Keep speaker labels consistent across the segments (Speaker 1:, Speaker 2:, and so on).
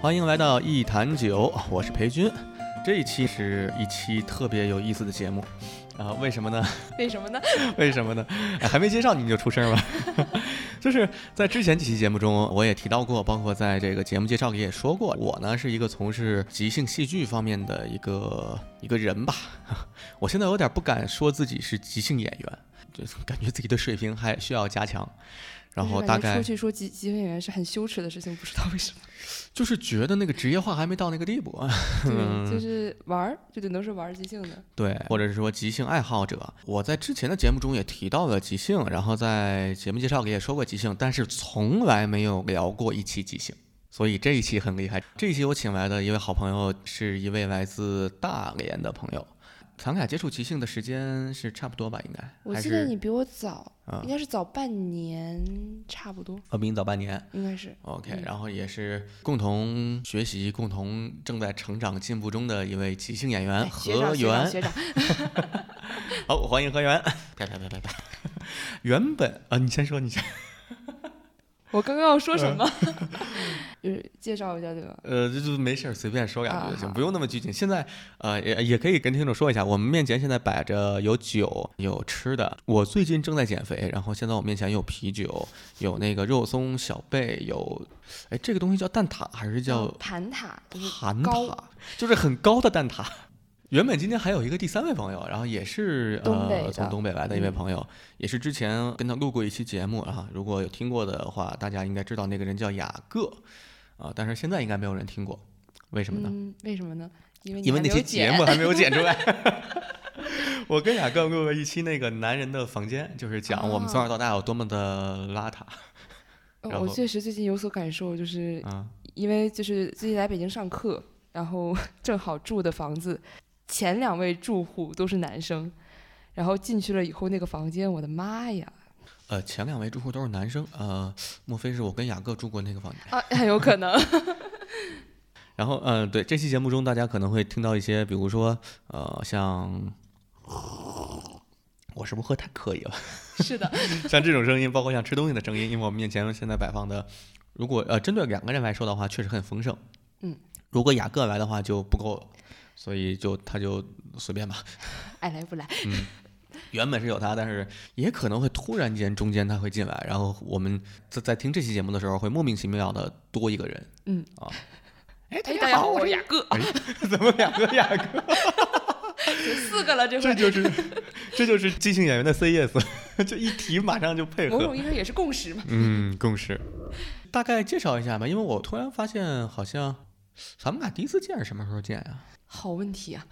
Speaker 1: 欢迎来到一坛酒，我是裴军。这一期是一期特别有意思的节目，啊、为什么呢？
Speaker 2: 为什么呢？
Speaker 1: 为什么呢？哎还没介绍你们就出声了， 就是在之前几期节目中我也提到过，包括在这个节目介绍里也说过，我呢是一个从事即兴戏剧方面的一个一个人吧。 我现在有点不敢说自己是即兴演员，就感觉自己的水平还需要加强。然后
Speaker 2: 就是
Speaker 1: 大
Speaker 2: 感觉
Speaker 1: 概
Speaker 2: 出去说即即兴演员是很羞耻的事情，不知道 为什么。
Speaker 1: 就是觉得那个职业化还没到那个地步，啊嗯
Speaker 2: 对，就是玩儿，就顶多是玩儿即兴的。
Speaker 1: 对，或者是说即兴爱好者。我在之前的节目中也提到了即兴，然后在节目介绍里也说过即兴，但是从来没有聊过一期即兴。所以这一期很厉害，这一期我请来的一位好朋友是一位来自大连的朋友，咱俩接触即兴的时间是差不多吧？应该
Speaker 2: 我
Speaker 1: 还
Speaker 2: 记得
Speaker 1: 是
Speaker 2: 你比我早，
Speaker 1: 啊
Speaker 2: 应该是早半年，差不多，
Speaker 1: 我比你呃早半年。
Speaker 2: 应该是。
Speaker 1: OK，
Speaker 2: 嗯
Speaker 1: 然后也是共同学习、共同正在成长进步中的一位即兴演员
Speaker 2: 哎学长，
Speaker 1: 何
Speaker 2: 学长，
Speaker 1: 源。
Speaker 2: 学 长，
Speaker 1: 好，欢迎何 源。啪啪啪啪啪。原本啊，你先说，你先。
Speaker 2: 我刚刚要说
Speaker 1: 嗯
Speaker 2: 什么？ 就是介绍一下，对吧？
Speaker 1: 呃，这就没事儿，随便说两句
Speaker 2: 啊
Speaker 1: 就行，
Speaker 2: 好
Speaker 1: 不用那么拘谨。现在呃，也也可以跟听众说一下，我们面前现在摆着有酒，有吃的。我最近正在减肥，然后现在我面前有啤酒，有那个肉松小贝，有哎，这个东西叫蛋挞还是叫
Speaker 2: 呃盘塔，就是
Speaker 1: 盘
Speaker 2: 高
Speaker 1: 挞？就是很高的蛋挞。原本今天还有一个第三位朋友，然后也是
Speaker 2: 东北
Speaker 1: 呃
Speaker 2: 的
Speaker 1: 从东北来的一位
Speaker 2: 嗯
Speaker 1: 朋友，也是之前跟他录过一期节目啊，如果有听过的话，大家应该知道那个人叫雅各啊，但是现在应该没有人听过，为什么呢？
Speaker 2: 嗯，为什么呢？因为
Speaker 1: 因为
Speaker 2: 还
Speaker 1: 那
Speaker 2: 没有
Speaker 1: 期节
Speaker 2: 剪
Speaker 1: 目还 没有剪出来。 我跟雅各录了一期那个男人的房间，就是讲我们从小到大有多么的邋遢
Speaker 2: 呃
Speaker 1: 然
Speaker 2: 我
Speaker 1: 后
Speaker 2: 确实最近有所感受，就是
Speaker 1: 啊。
Speaker 2: 因为就是最近来北京上课，然后 正好住的房子，前两位住户都是男生，然后进去了以后那个房间，我的妈呀！
Speaker 1: 呃，前两位住户都是男生，呃，莫非是我跟雅各住过那个房间？
Speaker 2: 啊，很有可能
Speaker 1: 然后，嗯、对，这期节目中大家可能会听到一些，比如说，呃，像我是不是喝太刻意了？
Speaker 2: 是 的，
Speaker 1: 像这种声音，包括像吃东西的声音，因为我们面前现在摆放的，如果呃针对两个人来说的话，确实很丰盛。
Speaker 2: 嗯，
Speaker 1: 如果雅各来的话就不够了，所以就他就随便吧。
Speaker 2: 爱来不来，
Speaker 1: 原本是有他，但是也可能会突然间中间他会进来，然后我们在在听这期节目的时候会莫名其妙的多一个人。
Speaker 2: 嗯
Speaker 1: 啊，哎，
Speaker 2: 哎，大家好，我是
Speaker 1: 是
Speaker 2: 雅各，
Speaker 1: 怎么两个雅各？
Speaker 2: 四个了 这
Speaker 1: 这
Speaker 2: 回，
Speaker 1: 就是这就是即兴演员的 say yes，就 一提马上就配
Speaker 2: 某
Speaker 1: 合
Speaker 2: 种。意义上也是共识 嘛。
Speaker 1: 嗯，共识。哦大概介绍一下吧，因为我突然发现好像咱们俩第一次见是什么时候见呀、
Speaker 2: 好问题啊，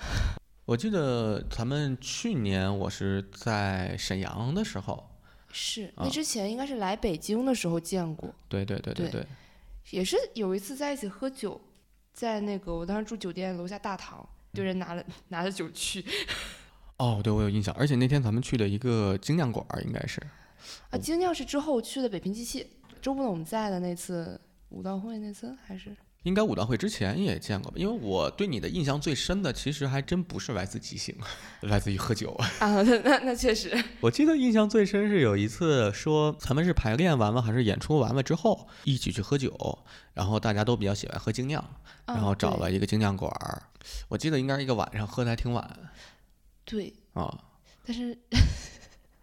Speaker 1: 我记得咱们去年我是在沈阳的时候，
Speaker 2: 是
Speaker 1: 啊
Speaker 2: 那之前应该是来北京的时候见过，
Speaker 1: 对对对对
Speaker 2: 对
Speaker 1: 对
Speaker 2: 也是有一次在一起喝酒，在那个我当时住酒店楼下大堂，一堆人拿了 拿着酒去，
Speaker 1: 哦，对我有印象，而且那天咱们去的一个精酿馆儿，应该是
Speaker 2: 啊，精酿是之后去的北平机器，周不总在的那次武道会那次还是
Speaker 1: 应该武道会之前也见过吧？因为我对你的印象最深的，其实还真不是来自即兴，来自于喝酒。
Speaker 2: 啊， 那那那确实，
Speaker 1: 我记得印象最深是有一次说咱们是排练完了还是演出完了之后一起去喝酒，然后大家都比较喜欢喝精酿，
Speaker 2: 啊
Speaker 1: 然后找
Speaker 2: 对
Speaker 1: 了一个精酿馆儿，我记得应该是一个晚上喝的还挺晚
Speaker 2: 对，
Speaker 1: 啊、
Speaker 2: 但是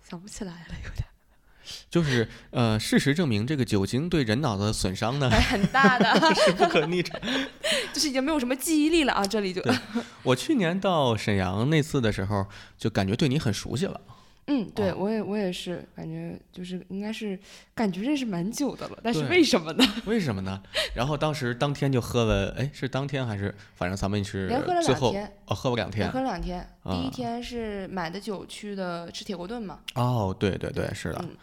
Speaker 2: 想不起来了，有点
Speaker 1: 就是呃，事实证明这个酒精对人脑的损伤呢
Speaker 2: 还很大的，
Speaker 1: 是不可逆转。
Speaker 2: 就是已经没有什么记忆力了啊，这里就
Speaker 1: 对我去年到沈阳那次的时候，就感觉对你很熟悉了。
Speaker 2: 嗯，对、
Speaker 1: 哦
Speaker 2: 我也我也是感觉就是应该是感觉认识蛮久的了，但是
Speaker 1: 对
Speaker 2: 为什么呢？
Speaker 1: 为什么呢？然后当时当天就喝了，哎，是当天还是反正咱们是
Speaker 2: 连喝了
Speaker 1: 最
Speaker 2: 两
Speaker 1: 后
Speaker 2: 天
Speaker 1: 哦喝了两
Speaker 2: 我
Speaker 1: 天
Speaker 2: 喝了两天，第
Speaker 1: 啊
Speaker 2: 一天是买的酒去的吃铁锅炖嘛，
Speaker 1: 哦，对对对，是的，
Speaker 2: 嗯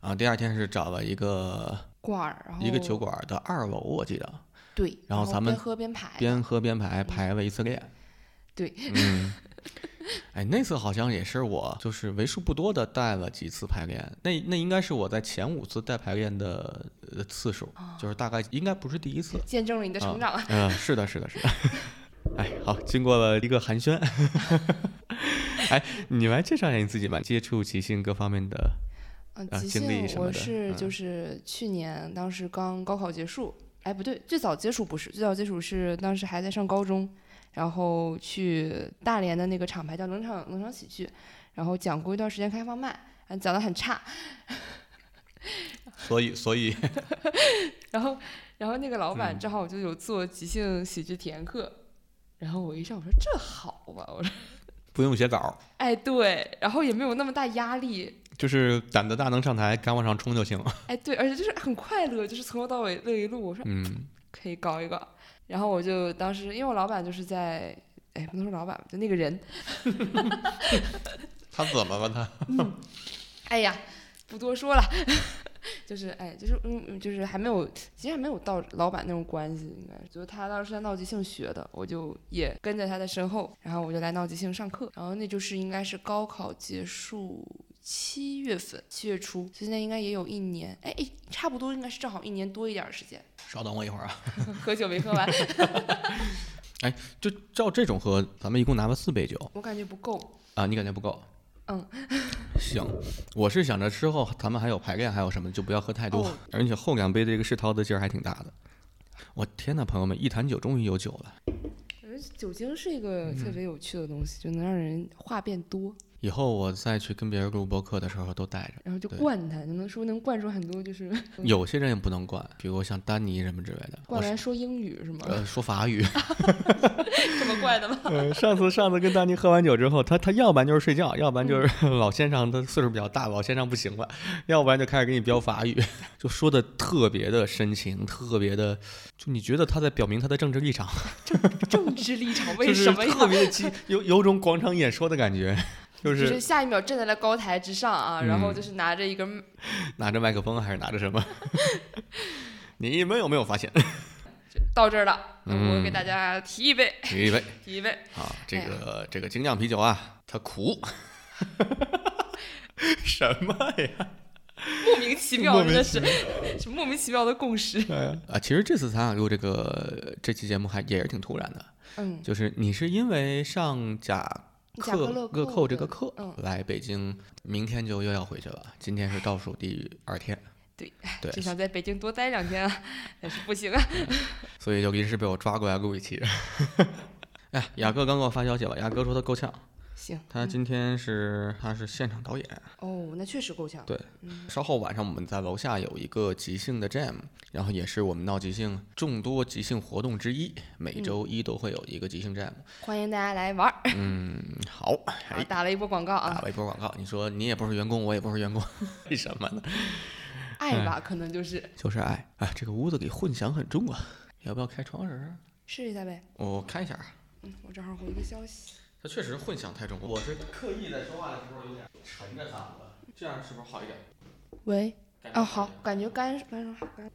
Speaker 1: 啊，第二天是找了一个
Speaker 2: 馆儿，然后
Speaker 1: 一个酒馆的二楼，我记
Speaker 2: 哎
Speaker 1: 得
Speaker 2: 对，
Speaker 1: 然后咱们
Speaker 2: 边喝边排，
Speaker 1: 边喝边排排了一次练。
Speaker 2: 嗯对，
Speaker 1: 嗯，哎，那次好像也是我就是为数不多的带了几次排练，那那应该是我在前五次带排练的呃次数，
Speaker 2: 哦
Speaker 1: 就是大概应该不是第一次。
Speaker 2: 见证了你的成长，
Speaker 1: 啊。嗯、是的，是的，是的。 哎，好，经过了一个寒暄， 哎，你来介绍一下你自己吧，接触即兴各方面的
Speaker 2: 嗯，
Speaker 1: 啊
Speaker 2: 即
Speaker 1: 经历
Speaker 2: 兴
Speaker 1: 什么
Speaker 2: 我
Speaker 1: 的
Speaker 2: 是
Speaker 1: 嗯
Speaker 2: 就是去年当时刚高考结束，哎，不对，最早接触不是，最早接触是当时还在上高中，然后去大连的那个厂牌叫冷场冷场喜剧，然后讲过一段时间开放麦，啊讲的很差，
Speaker 1: 所以所以
Speaker 2: 然后然后那个老板
Speaker 1: 嗯
Speaker 2: 正好就有做即兴喜剧体验课，然后我一上我说这好吧，我说
Speaker 1: 不用写稿，
Speaker 2: 哎对，然后也没有那么大压力，
Speaker 1: 就是胆子大能上台，敢往上冲就行。
Speaker 2: 哎对，而且就是很快乐，就是从头到尾乐一路，我说
Speaker 1: 嗯，
Speaker 2: 可以搞一搞。然后我就当时，因为我老板就是在，哎，不能说老板吧，就那个人，
Speaker 1: 他怎么了他？
Speaker 2: 哎呀，不多说了， 就是哎，就是嗯，嗯就是还没有，其实还没有到老板那种关系，应该是就是他当时在闹即兴学的，我就也跟在他的身后，然后我就来闹即兴上课，然后那就是应该是高考结束。七月份，七月初，所以现在应该也有一年，哎，哎差不多应该是正好一年多一点儿时间，
Speaker 1: 稍等我一会儿啊。
Speaker 2: 喝酒没喝完，
Speaker 1: 啊就照这种喝，咱们一共拿了四杯酒
Speaker 2: 我感觉不够，
Speaker 1: 啊，你感觉不够？
Speaker 2: 嗯，
Speaker 1: 行，我是想着之后咱们还有排练，还有什么就不要喝太多，
Speaker 2: 哦
Speaker 1: 而且后两杯这个世涛的劲儿还挺大的。我天呐，朋友们，一坛酒终于有酒了。
Speaker 2: 我觉得酒精是一
Speaker 1: 嗯
Speaker 2: 个特别有趣的东西，就能让人话变多，
Speaker 1: 以后我再去跟别人录播客的时候都带着。
Speaker 2: 然后就
Speaker 1: 对
Speaker 2: 灌它，就能说能灌出很多就是
Speaker 1: 有些人也不能灌，比如像丹尼什么之类的。我
Speaker 2: 灌
Speaker 1: 是
Speaker 2: 完说英语是吗？
Speaker 1: 呃，说法语。
Speaker 2: 这么怪的吗？
Speaker 1: 呃，上次上次跟丹尼喝完酒之后，他他要不然就是睡觉，要不然就是 老先生他岁数比较大，老先生不行了，要不然就开始给你飙法语， 就说的特别的深情，特别的，就你觉得他在表明他的政治立场，
Speaker 2: 政治立场为
Speaker 1: 就是
Speaker 2: 什么
Speaker 1: 特
Speaker 2: 呀？
Speaker 1: 别的激，有有种广场演说的感 觉，就
Speaker 2: 就是
Speaker 1: 是
Speaker 2: 下一秒站在了高台之上啊，然后
Speaker 1: 嗯
Speaker 2: 就是拿着一个，
Speaker 1: 拿着麦克风还是拿着什么。 你们有没有发 现？
Speaker 2: 到这儿了，
Speaker 1: 嗯
Speaker 2: 我给大家提一杯，
Speaker 1: 你以为
Speaker 2: 提一杯，
Speaker 1: 啊，这
Speaker 2: 哎呀
Speaker 1: 个、这个精酿啤酒啊，它 苦。 什么呀？
Speaker 2: 莫名其妙
Speaker 1: 莫
Speaker 2: 真
Speaker 1: 名
Speaker 2: 的
Speaker 1: 其
Speaker 2: 是什么莫名其妙的共识，
Speaker 1: 啊，其实这次咱俩录这个这期节目还也是挺突然的，
Speaker 2: 嗯，
Speaker 1: 就是你是因为上甲
Speaker 2: 贾克
Speaker 1: 克
Speaker 2: 勒
Speaker 1: 扣
Speaker 2: 扣
Speaker 1: 这
Speaker 2: 的
Speaker 1: 个课
Speaker 2: 嗯
Speaker 1: 来北京，明天就又要回去了，今天是倒数第二天，
Speaker 2: 对
Speaker 1: 对
Speaker 2: 就，想在北京多待两天啊，但是不行啊，
Speaker 1: 所以就临时被我抓过来录一期。 哎，雅哥刚给我发消息了，雅哥说他够呛，
Speaker 2: 行，
Speaker 1: 他今天是他是现场导演，
Speaker 2: 哦，那确实够呛，嗯
Speaker 1: 对稍后晚上我们在楼下有一个即兴的 jam，然后也是我们闹即兴众多即兴活动之一，
Speaker 2: 嗯
Speaker 1: 每周一都会有一个即兴 jam。
Speaker 2: 欢迎大家来玩儿，
Speaker 1: 嗯，好，
Speaker 2: 好
Speaker 1: 哎，
Speaker 2: 打了一波广告啊
Speaker 1: 打，了一波广告，你说你也不是员工，我也不是员工， 为什么呢？
Speaker 2: 爱哎吧，可能就是
Speaker 1: 就是爱啊，这个屋子里混响很重啊，要不要开窗帘？啊
Speaker 2: 试一下呗。
Speaker 1: 我看一下啊，
Speaker 2: 嗯，我正好回一个消息。
Speaker 1: 它确实混响太重，我是刻意在说话的时候有点沉着嗓子，这样是不是好一点？
Speaker 2: 喂，
Speaker 1: 感觉
Speaker 2: 啊好，感觉干干什么干？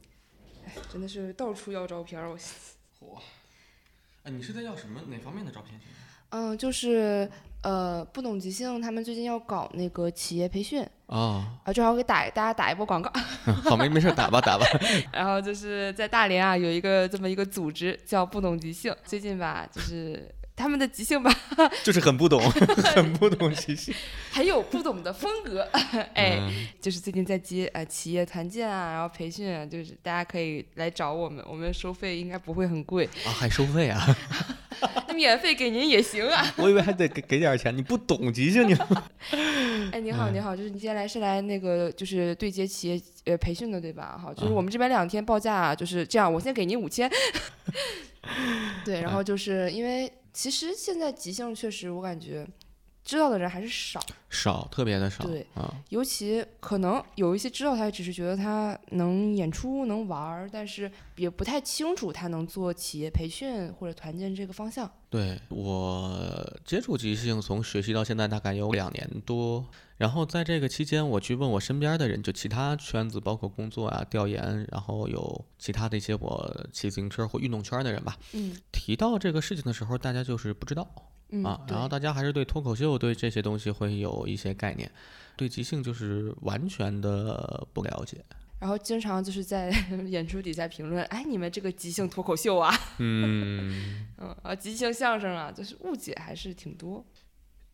Speaker 2: 哎，真的是到处要照片儿，我。
Speaker 1: 火。哎，你是在要什么哪方面的照片？
Speaker 2: 嗯，就是呃，不懂即兴他们最近要搞那个企业培训
Speaker 1: 哦，
Speaker 2: 啊，正好给打大家打一波广告。
Speaker 1: 好没没事，打吧打吧。
Speaker 2: 然后就是在大连啊，有一个这么一个组织叫不懂即兴，最近吧，就是他们的即兴吧，
Speaker 1: 就是很不懂，很不懂即兴。
Speaker 2: 还有不懂的风格， 哎，
Speaker 1: 嗯
Speaker 2: 就是最近在接呃企业团建啊，然后培训啊，就是大家可以来找我们，我们收费应该不会很贵，
Speaker 1: 啊，还收费啊？
Speaker 2: 那免费给您也行啊。
Speaker 1: 我以为还得给给点钱，你不懂即兴，你
Speaker 2: 哎，你好，你好，就是你今天来是来那个就是对接企业呃培训的对吧？好，就是我们这边两天报价、啊、就是这样，我先给您五千。 对，然后就是因为其实现在即兴确实我感觉知道的人还是少，
Speaker 1: 少，特别的少。
Speaker 2: 对
Speaker 1: 啊，
Speaker 2: 尤其可能有一些知道他，只是觉得他能演出能玩儿，但是也不太清楚他能做企业培训或者团建这个方向。
Speaker 1: 对我接触即兴，从学习到现在大概有两年多。然后在这个期间，我去问我身边的人，就其他圈子，包括工作啊、调研，然后有其他的一些我骑自行车或运动圈的人吧，
Speaker 2: 嗯
Speaker 1: 提到这个事情的时候，大家就是不知道。
Speaker 2: 嗯，
Speaker 1: 啊，
Speaker 2: 对
Speaker 1: 然后大家还是对脱口秀对这些东西会有一些概念，对即兴就是完全的不了解。
Speaker 2: 然后经常就是在 演出底下评论，哎，你们这个即兴脱口秀啊，
Speaker 1: 嗯，
Speaker 2: 嗯啊，即兴相声啊，就是误解还是挺多。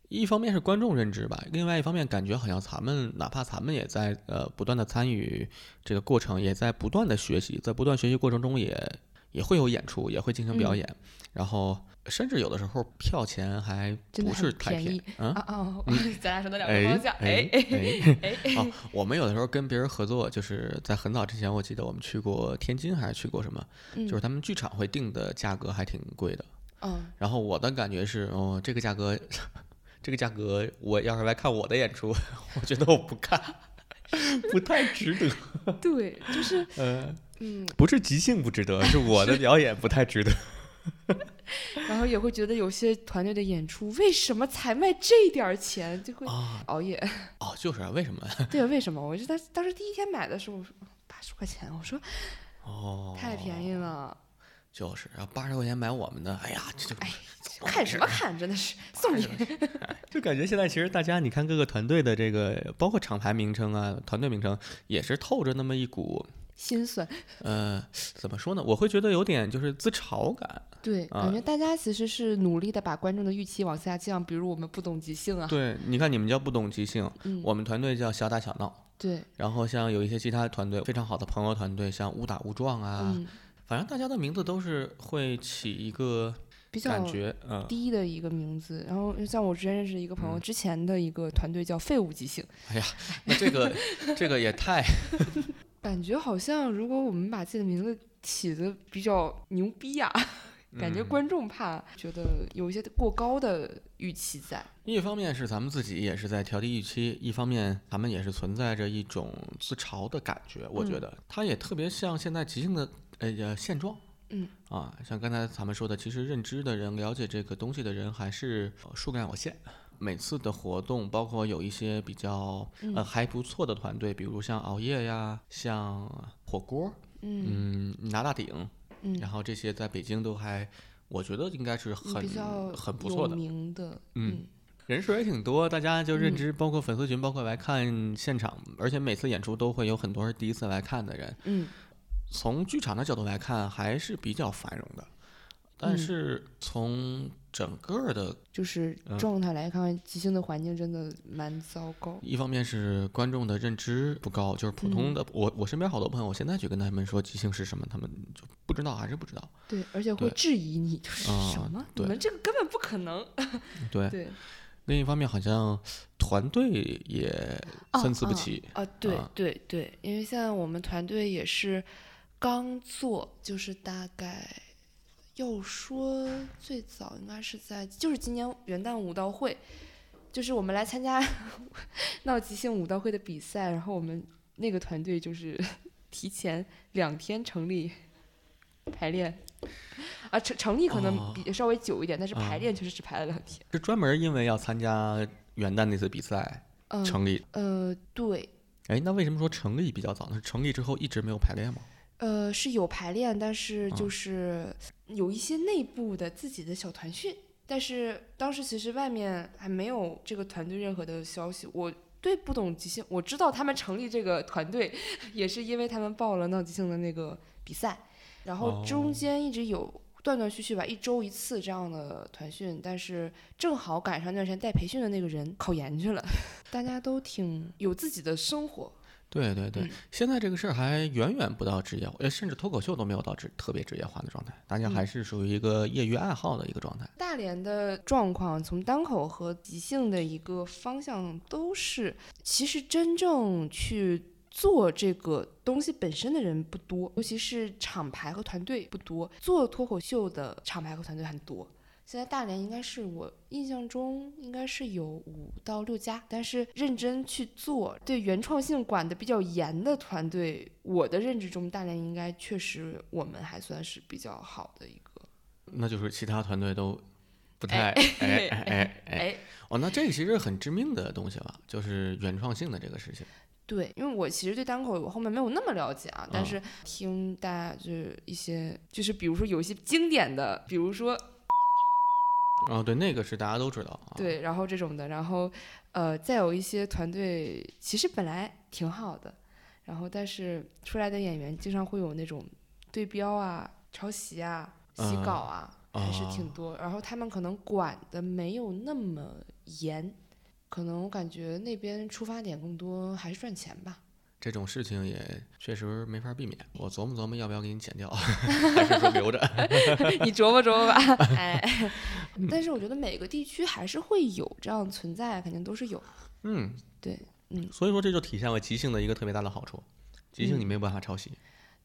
Speaker 1: 一方面是观众认知吧，另外一方面感觉好像咱们哪怕咱们也在呃不断的参与这个过程，也在不断的学习，在不断学习过程中也也会有演出，也会进行
Speaker 2: 嗯
Speaker 1: 表演，然后甚至有的时候票钱还
Speaker 2: 真的
Speaker 1: 不
Speaker 2: 很
Speaker 1: 是太
Speaker 2: 便
Speaker 1: 便
Speaker 2: 宜
Speaker 1: 嗯
Speaker 2: 啊。啊！咱俩说的两个
Speaker 1: 哎
Speaker 2: 方向，
Speaker 1: 哎
Speaker 2: 哎哎哎
Speaker 1: 哦，我们有的时候跟别人合作，就是在很早之前，我记得我们去过天津还是去过什么，
Speaker 2: 嗯
Speaker 1: 就是他们剧场会定的价格还挺贵的。
Speaker 2: 嗯，
Speaker 1: 然后我的感觉是，哦，这个价格，这个价格，我要是来看我的演出，我觉得我不看，不太值 得。
Speaker 2: 对，就是
Speaker 1: 呃，
Speaker 2: 嗯，
Speaker 1: 不是即兴不值得，是我的表演不太值得。
Speaker 2: 然后也会觉得有些团队的演出为什么才卖这点儿钱，就会
Speaker 1: 啊
Speaker 2: 熬夜。
Speaker 1: 哦，就是啊，为什么？
Speaker 2: 对，为什么？我就当当时第一天买的时候，我说八十块钱，我说
Speaker 1: 哦，
Speaker 2: 太便宜了，
Speaker 1: 就是啊，八十块钱买我们的，哎呀，这就
Speaker 2: 哎，看什么看，真 的是送你。
Speaker 1: 就感觉现在其实大家，你看各个团队的这个，包括厂牌名称啊、团队名称，也是透着那么一股，
Speaker 2: 心酸，
Speaker 1: 呃，怎么说呢？我会觉得有点就是自嘲感。
Speaker 2: 对，
Speaker 1: 啊
Speaker 2: 感觉大家其实是努力的把观众的预期往下降，比如我们不懂即兴啊，
Speaker 1: 对，你看你们叫不懂即兴，
Speaker 2: 嗯，
Speaker 1: 我们团队叫小打小闹。
Speaker 2: 对，
Speaker 1: 然后像有一些其他团队非常好的朋友团队，像误打误撞啊，
Speaker 2: 嗯，
Speaker 1: 反正大家的名字都是会起一个
Speaker 2: 比较
Speaker 1: 感觉，嗯，
Speaker 2: 低的一个名字。然后像我之前认识一个朋友，
Speaker 1: 嗯
Speaker 2: 之前的一个团队叫废物即兴，
Speaker 1: 那这个这个也太
Speaker 2: 感觉好像如果我们把自己的名字起的比较牛逼呀、感觉
Speaker 1: 嗯
Speaker 2: 观众怕觉得有一些过高的预期在。
Speaker 1: 一方面是咱们自己也是在调低预期，一方面咱们也是存在着一种自嘲的感觉。我觉
Speaker 2: 嗯
Speaker 1: 得、它也特别像现在即兴的呃呃现状。
Speaker 2: 嗯
Speaker 1: 啊，像刚才咱们说的，其实认知的人、了解这个东西的人还是呃数量有限。每次的活动，包括有一些比较呃
Speaker 2: 嗯
Speaker 1: 还不错的团队，比如像熬夜呀，像火锅，
Speaker 2: 嗯
Speaker 1: 嗯，拿大顶，
Speaker 2: 嗯，
Speaker 1: 然后这些在北京都还，我觉得应该是
Speaker 2: 嗯
Speaker 1: 很
Speaker 2: 比较
Speaker 1: 很不
Speaker 2: 有
Speaker 1: 错的。
Speaker 2: 名的，
Speaker 1: 嗯人数也挺多，大家就认
Speaker 2: 嗯
Speaker 1: 知，包括粉丝群，包括来看现场，而且每次演出都会有很多是第一次来看的人。
Speaker 2: 嗯
Speaker 1: 从剧场的角度来看，还是比较繁荣的，但
Speaker 2: 嗯
Speaker 1: 是从整个的
Speaker 2: 就是
Speaker 1: 嗯
Speaker 2: 状态来看，即兴的环境真的蛮糟糕。
Speaker 1: 一方面是观众的认知不高，就是普
Speaker 2: 嗯
Speaker 1: 通的、我我身边好多朋友，我现在去跟他们说即兴是什么，他们就不知道，还是不知道。
Speaker 2: 对，而且会
Speaker 1: 对
Speaker 2: 质疑你，就是
Speaker 1: 啊
Speaker 2: 什么？
Speaker 1: 对
Speaker 2: 你们这个根本不可能。
Speaker 1: 对，
Speaker 2: 嗯对，
Speaker 1: 另一方面好像团队也
Speaker 2: 哦
Speaker 1: 参差不
Speaker 2: 哦
Speaker 1: 齐。
Speaker 2: 啊，对
Speaker 1: 啊
Speaker 2: 对对，因为现在我们团队也是刚做，就是大概要说最早应该是在就是今年元旦舞蹈会，就是我们来参加 闹即兴舞蹈会的比赛，然后我们那个团队就是 提前两天成立排练。啊，成成立可
Speaker 1: 哦
Speaker 2: 能比稍微久一点，但是
Speaker 1: 啊
Speaker 2: 排练确实只排了两天。
Speaker 1: 是专门因为要参加元旦那次比赛
Speaker 2: 嗯，
Speaker 1: 成立
Speaker 2: 呃，对，
Speaker 1: 哎，那为什么说成立比较早呢？是成立之后一直没有排练吗？
Speaker 2: 呃，是有排练，但是
Speaker 1: 啊
Speaker 2: 就是有一些内部的自己的小团训。但是当时其实外面还没有这个团队任何的消息，我对不懂即兴，我知道他们成立这个团队 也是因为他们报了闹即兴的那个比赛，然后
Speaker 1: 哦
Speaker 2: 中间一直有断断续续吧，一周一次这样的团训，但是正好赶上那段时间带培训的那个人考研去了， 大家都挺有自己的生活，
Speaker 1: 对对对，
Speaker 2: 嗯
Speaker 1: 现在这个事儿还远远不到职业化，呃，甚至脱口秀都没有到职特别职业化的状态，大家
Speaker 2: 嗯
Speaker 1: 还是属于一个业余爱好的一个状态。
Speaker 2: 大连的状况，从单口和即兴的一个方向都是，其实真正去做这个东西本身的人不多，尤其是厂牌和团队不多，做脱口秀的厂牌和团队很多。现在大连应该是我印象中应该是有五到六家，但是认真去做对原创性管得比较严的团队，我的认知中大连应该确实我们还算是比较好的一个。
Speaker 1: 那就是其他团队都不太哎哎哎哎
Speaker 2: 哎，
Speaker 1: 哦，那这个其实很致命的东西了，就是原创性的这个事情。
Speaker 2: 对，因为我其实对单口我后面没有那么了解啊，但
Speaker 1: 嗯
Speaker 2: 是听大家就是一些，就是比如说有一些经典的，比如说
Speaker 1: 哦，对，那个是大家都知道啊。，
Speaker 2: 对，然后这种的，然后呃，再有一些团队其实本来挺好的，然后但是出来的演员经常会有那种对标啊、抄袭啊、洗
Speaker 1: 嗯
Speaker 2: 稿啊，还是挺多。然后他们可能管的没有那么严，可能我感觉那边出发点更多还是赚钱吧。
Speaker 1: 这种事情也确实没法避免。我琢磨琢磨，要不要给你剪掉， 还是说留着？
Speaker 2: 你琢磨琢磨吧。哎，但是我觉得每个地区还是会有这样存在，肯定都是有。
Speaker 1: 嗯，嗯
Speaker 2: 对，嗯。
Speaker 1: 所以说，这就体现了即兴的一个特别大的好处。即兴你没有办法抄袭。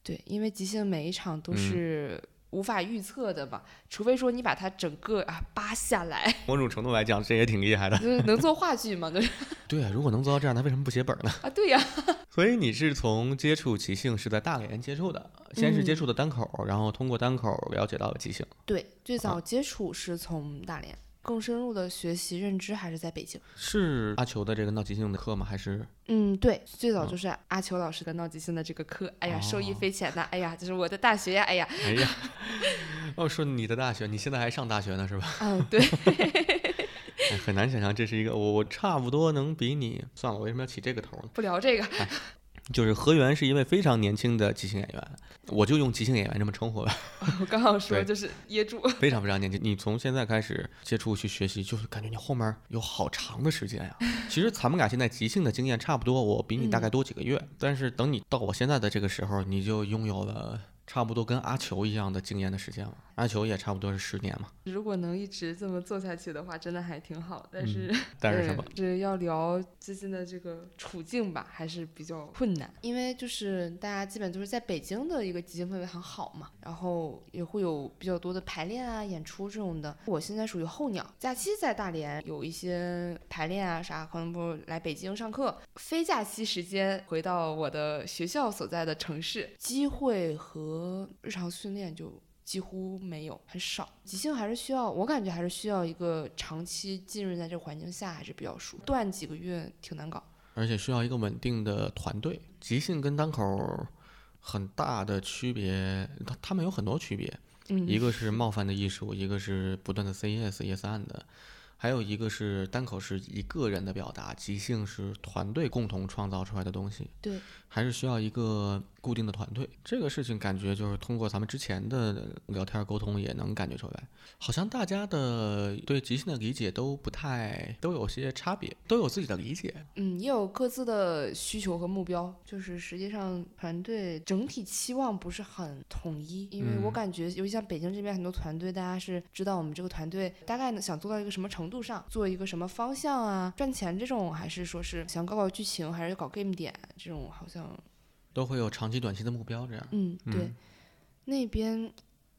Speaker 2: 对，因为即兴每一场都是无法预测的嘛，除非说你把它整个啊扒下来，
Speaker 1: 某种程度来讲，这也挺厉害的。
Speaker 2: 就是能做话剧嘛，就是
Speaker 1: 对啊，如果能做到这样，他为什么不写本呢？
Speaker 2: 啊，对呀、
Speaker 1: 所以你是从接触即兴是在大连接触的，先是接触的单口，然后通过单口了解到了即兴。
Speaker 2: 对，最
Speaker 1: 啊
Speaker 2: 早接触是从大连，更深入的学习认知还是在北京。
Speaker 1: 是阿球的这个闹即兴的课吗？还 是
Speaker 2: 嗯，对，最早
Speaker 1: 嗯
Speaker 2: 就是阿秋老师的闹即兴的这个课，哎呀，受益
Speaker 1: 哦
Speaker 2: 匪浅呐，哎呀，这是我的大学呀，哎 呀，
Speaker 1: 哎呀，哦，说你的大学，你现在还上大学呢是吧？
Speaker 2: 嗯，对，
Speaker 1: 哎很难想象这是一个我我差不多能比你算了，我为什么要起这个头呢？
Speaker 2: 不聊这个，
Speaker 1: 就是何源是一位非常年轻的即兴演员，我就用即兴演员这么称呼吧，
Speaker 2: 我刚好说
Speaker 1: 对
Speaker 2: 就是噎住，
Speaker 1: 非常非常年轻。你从现在开始接触去学习，就是感觉你后面有好长的时间呀、其实咱们俩现在即兴的经验差不多，我比你大概多几个月，但是等你到我现在的这个时候，你就拥有了。差不多跟阿球一样的经验的时间了，阿球也差不多是十年嘛。
Speaker 2: 如果能一直这么做下去的话，真的还挺好，但 是。
Speaker 1: 但是
Speaker 2: 对
Speaker 1: 嗯什么？
Speaker 2: 这要聊最近的这个处境吧，还是比较困难，因为就是大家基本都是在北京的一个集训氛围很好嘛，然后也会有比较多的排练啊、演出这种的。我现在属于候鸟，假期在大连有一些排练啊啥，可能不来北京上课，非假期时间回到我的学校所在的城市，机会和日常训练就几乎没有，很少。即兴还是需要，我感觉还是需要一个长期浸润在这个环境下，还是比较熟。断几个月挺难搞。
Speaker 1: 而且需要一个稳定的团队。即兴跟单口很大的区别，它它们有很多区别，
Speaker 2: 嗯
Speaker 1: 一个是冒犯的艺术，一个是不断的 say yes yes and，还有一个是单口是一个人的表达，即兴是团队共同创造出来的东西。
Speaker 2: 对，
Speaker 1: 还是需要一个固定的团队。这个事情感觉就是通过咱们之前的聊天沟通也能感觉出来，好像大家的对即兴的理解都不太都有些差别，都有自己的理解。
Speaker 2: 嗯，也有各自的需求和目标，就是实际上团队整体期望不是很统一，因为我
Speaker 1: 嗯
Speaker 2: 感觉，尤其像北京这边很多团队，大家是知道我们这个团队大概能想做到一个什么程度上，做一个什么方向啊，赚钱这种，还是说是想搞搞剧情，还是搞 game 点这种，好像
Speaker 1: 都会有长期、短期的目标，这样。
Speaker 2: 嗯，对，
Speaker 1: 嗯
Speaker 2: 那边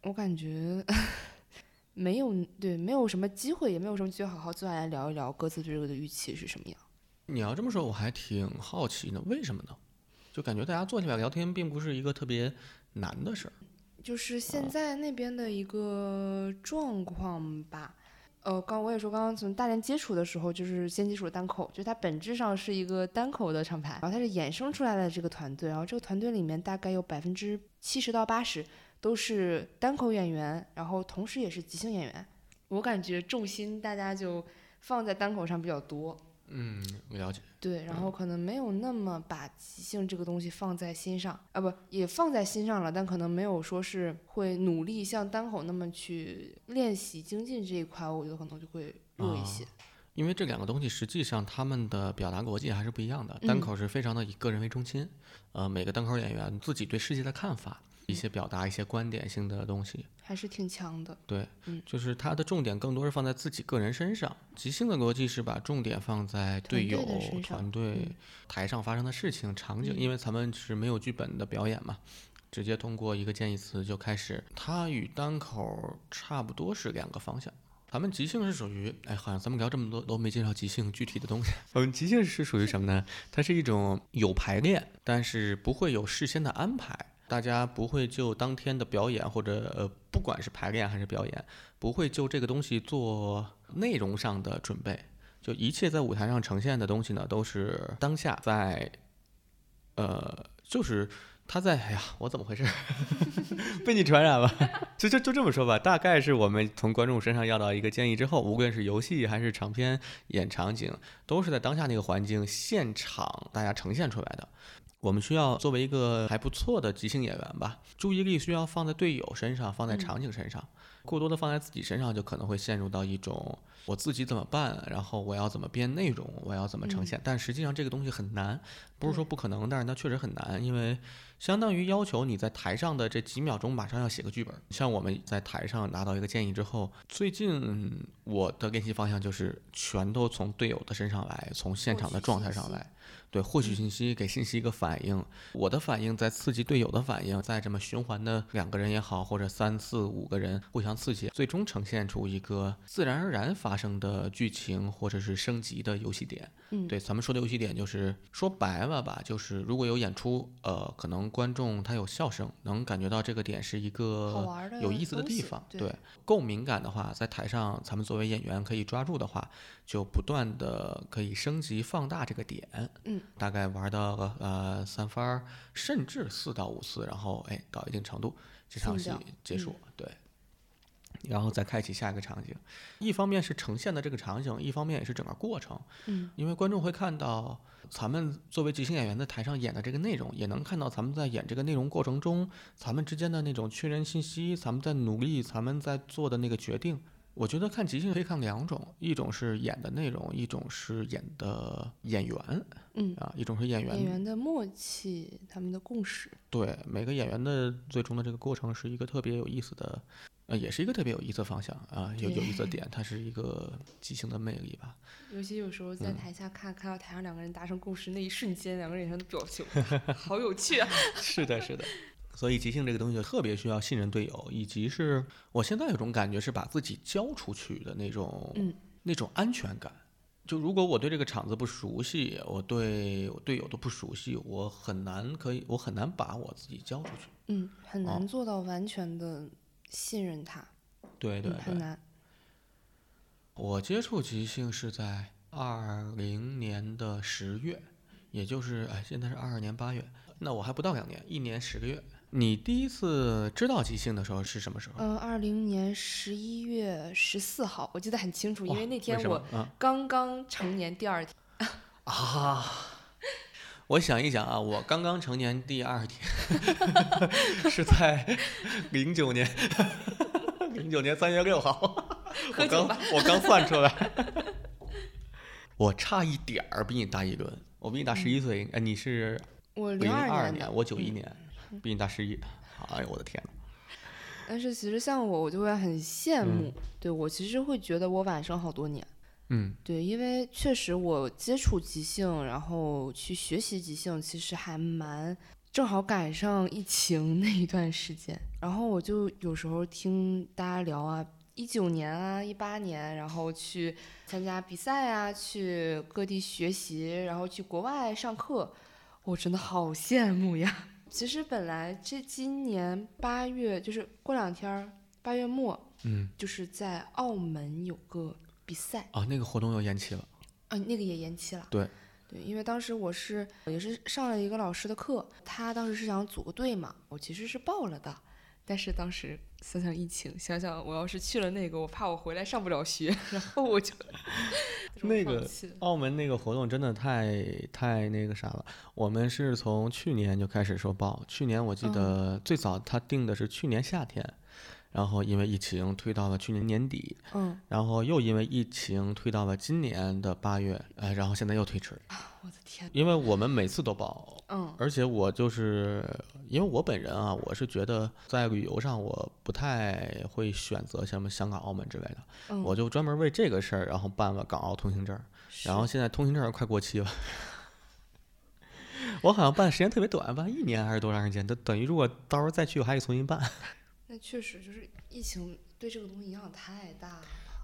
Speaker 2: 我感觉 没有对，没有什么机会，也没有什么机会好好坐下来聊一聊各自对这个的预期是什么样。
Speaker 1: 你要这么说，我还挺好奇呢，为什么呢？就感觉大家坐下来聊天，并不是一个特别难的事儿。
Speaker 2: 就是现在那边的一个状况吧。呃，刚我也说，刚刚从大连接触的时候，就是先接触了单口，就是它本质上是一个单口的厂牌，然后它是衍生出来的这个团队，然后这个团队里面大概有百分之七十到八十都是单口演员，然后同时也是即兴演员。我感觉重心大家就放在单口上比较多，
Speaker 1: 嗯，了解。
Speaker 2: 对，然
Speaker 1: 嗯
Speaker 2: 后可能没有那么把即兴这个东西放在心上啊，不也放在心上了，但可能没有说是会努力像单口那么去练习精进这一块，我觉得可能就会弱一
Speaker 1: 啊
Speaker 2: 些。
Speaker 1: 因为这两个东西实际上他们的表达逻辑还是不一样的。
Speaker 2: 嗯
Speaker 1: 单口是非常的以个人为中心，呃，每个单口演员自己对世界的看法，一些表达一些观点性的东西。
Speaker 2: 还是挺强的，
Speaker 1: 对，
Speaker 2: 嗯
Speaker 1: 就是它的重点更多是放在自己个人身上。即兴的逻辑是把重点放在队友
Speaker 2: 团队的身、上
Speaker 1: 团队
Speaker 2: 嗯
Speaker 1: 台上发生的事情、场景，
Speaker 2: 嗯
Speaker 1: 因为咱们是没有剧本的表演嘛，直接通过一个建议词就开始。它与单口差不多是两个方向。咱们即兴是属于，哎，好像咱们聊这么多都没介绍即兴具体的东西。嗯，即兴是属于什么呢？它是一种有排练，但是不会有事先的安排，大家不会就当天的表演或者呃，不管是排练还是表演，不会就这个东西做内容上的准备，就一切在舞台上呈现的东西呢，都是当下在，呃，就是他在，哎呀，我怎么回事？ 被你传染了，就就就这么说吧，大概是我们从观众身上要到一个建议之后，无论是游戏还是长篇演场景，都是在当下那个环境现场大家呈现出来的。我们需要作为一个还不错的即兴演员吧，注意力需要放在队友身上，放在
Speaker 2: 嗯
Speaker 1: 场景身上。过多的放在自己身上，就可能会陷入到一种我自己怎么办，然后我要怎么编内容，我要怎么呈现。但实际上这个东西很难，不是说不可能，但是它确实很难，因为相当于要求你在台上的这几秒钟马上要写个剧本。像我们在台上拿到一个建议之后，最近我的练习方向就是全都从队友的身上来，从现场的状态上来。对，获取信息，给信息一个反应。我的反应在刺激队友的反应，在这么循环的两个人也好，或者三四五个人互相刺激，最终呈现出一个自然而然发生的剧情，或者是升级的游戏点。
Speaker 2: 嗯
Speaker 1: 对，咱们说的游戏点就是说白了吧，就是如果有演出，呃，可能观众他有笑声，能感觉到这个点是一个
Speaker 2: 好玩儿的
Speaker 1: 有意思的
Speaker 2: 东
Speaker 1: 地
Speaker 2: 西
Speaker 1: 方。
Speaker 2: 对
Speaker 1: 对，够敏感的话，在台上咱们作为演员可以抓住的话，就不断的可以升级放大这个点。
Speaker 2: 嗯，
Speaker 1: 大概玩到个呃三番儿，甚至四到五次，然后哎到一定程度，这场
Speaker 2: 定
Speaker 1: 戏
Speaker 2: 调
Speaker 1: 结束。对。然后再开启下一个场景，一方面是呈现的这个场景，一方面也是整个过程。
Speaker 2: 嗯，
Speaker 1: 因为观众会看到咱们作为即兴演员在台上演的这个内容，也能看到咱们在演这个内容过程中，咱们之间的那种确认信息，咱们在努力，咱们在做的那个决定。我觉得看即兴可以看两种，一种是演的内容，一种是演的演员
Speaker 2: 嗯，
Speaker 1: 啊，一种是演员
Speaker 2: 演员的默契，他们的共识，
Speaker 1: 对每个演员的最终的这个过程是一个特别有意思的，呃，也是一个特别有意思的方向啊，有有意 思的点，它是一个即兴的魅力吧。
Speaker 2: 尤其有时候
Speaker 1: 嗯
Speaker 2: 在台下看，看到台上两个人达成共识那一瞬间，两个人脸上的表情，好有趣啊！
Speaker 1: 是的，是的。所以即兴这个东西就特别需要信任队友，以及是我现在有种感觉是把自己交出去的那种，
Speaker 2: 嗯
Speaker 1: 那种安全感。就如果我对这个场子不熟悉，我对我队友都不熟悉，我很难可以，我很难把我自己交出去。
Speaker 2: 嗯，很
Speaker 1: 哦
Speaker 2: 难做到完全的信任他，
Speaker 1: 对对
Speaker 2: 嗯，
Speaker 1: 对
Speaker 2: 很，难。
Speaker 1: 我接触即兴是在二零年的十月，也就是哎，现在是二二年八月，那我还不到两年，一年十个月。你第一次知道即兴的时候是什么时候？
Speaker 2: 呃，二零年十一月十四号，我记得很清哦楚，因
Speaker 1: 哇
Speaker 2: 为那天
Speaker 1: 什么
Speaker 2: 我
Speaker 1: 啊
Speaker 2: 刚刚成年第二天，
Speaker 1: 啊，我想一想啊，我刚刚成年第二天，是在零九年，零九年三月六号，
Speaker 2: 喝
Speaker 1: 我
Speaker 2: 酒
Speaker 1: 刚
Speaker 2: 吧，
Speaker 1: 我刚算出来，我差一点儿比你大一轮，我比你大十一岁，哎，你是
Speaker 2: 我
Speaker 1: 零
Speaker 2: 嗯零
Speaker 1: 二
Speaker 2: 二
Speaker 1: 年，
Speaker 2: 的，嗯
Speaker 1: 我九一年，比你大十一，哎呦我的天呐，
Speaker 2: 但是其实像我，我就会很羡慕，对我其实会觉得我晚生好多年。
Speaker 1: 嗯
Speaker 2: 对，因为确实我接触即兴，然后去学习即兴，其实还蛮正好赶上疫情那一段时间，然后我就有时候听大家聊啊，一九年啊，一八年，然后去参加比赛啊，去各地学习，然后去国外上课，我真的好羡慕呀。 其实本来这今年八月就是过两天儿八月末，
Speaker 1: 嗯，
Speaker 2: 就是在澳门有个比赛。
Speaker 1: 啊，那个活动又延期了，
Speaker 2: 啊，那个也延期了。
Speaker 1: 对。
Speaker 2: 对，因为当时我是也是上了一个老师的课，他当时是想组个队嘛，我其实是报了的，但是当时想想疫情，想想我要是去了那个，我怕我回来上不了学，然后我就最 终
Speaker 1: 那
Speaker 2: 放
Speaker 1: 个
Speaker 2: 弃了
Speaker 1: 澳门那个活动真的太太那个啥了，我们是从去年就开始说报，去年我记得最早他定的是去年夏天，然后因为疫情推到了去年年底，
Speaker 2: 嗯，
Speaker 1: 然后又因为疫情推到了今年的八月，呃，然后现在又推迟，
Speaker 2: 我的天，
Speaker 1: 因为我们每次都报。
Speaker 2: 嗯
Speaker 1: 而且我就是因为我本人啊，我是觉得在旅游上我不太会选择什么香港、澳门之类的，
Speaker 2: 嗯，
Speaker 1: 我就专门为这个事儿，然后办了港澳通行证。然后
Speaker 2: 是
Speaker 1: 现在通行证儿快过期了，我好像办时间特别短，办一年还是多长时间？等等于如果到时候再去，我还得重新办。
Speaker 2: 那确实就是疫情对这个东西影响太大了。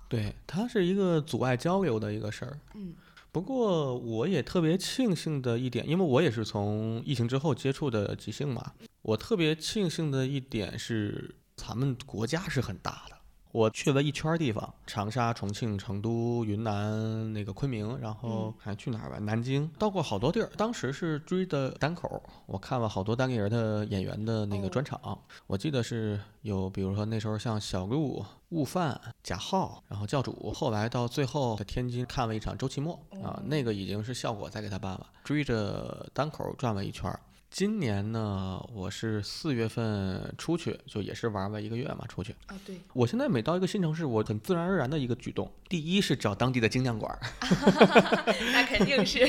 Speaker 1: 对，它是一个阻碍交流的一个事儿。
Speaker 2: 嗯
Speaker 1: 不过我也特别庆幸的一点，因为我也是从疫情之后接触的即兴嘛，我特别庆幸的一点是，咱们国家是很大的。我去了一圈儿地方，长沙、重庆、成都、云南、那个昆明，然后还去哪儿吧？南京，到过好多地儿。当时是追的单口，我看了好多单立人的演员的那个
Speaker 2: 哦
Speaker 1: 专场。我记得是有，比如说那时候像小鹿、悟饭、贾浩，然后教主，后来到最后在天津看了一场周奇墨啊、
Speaker 2: 哦
Speaker 1: 那个已经是效果在给他办了，追着单口转了一圈儿。今年呢，我是四月份出去，就也是玩了一个月嘛，出去。
Speaker 2: 啊，对，
Speaker 1: 我现在每到一个新城市，我很自然而然的一个举动，第一是找当地的精酿馆儿，
Speaker 2: 那肯定是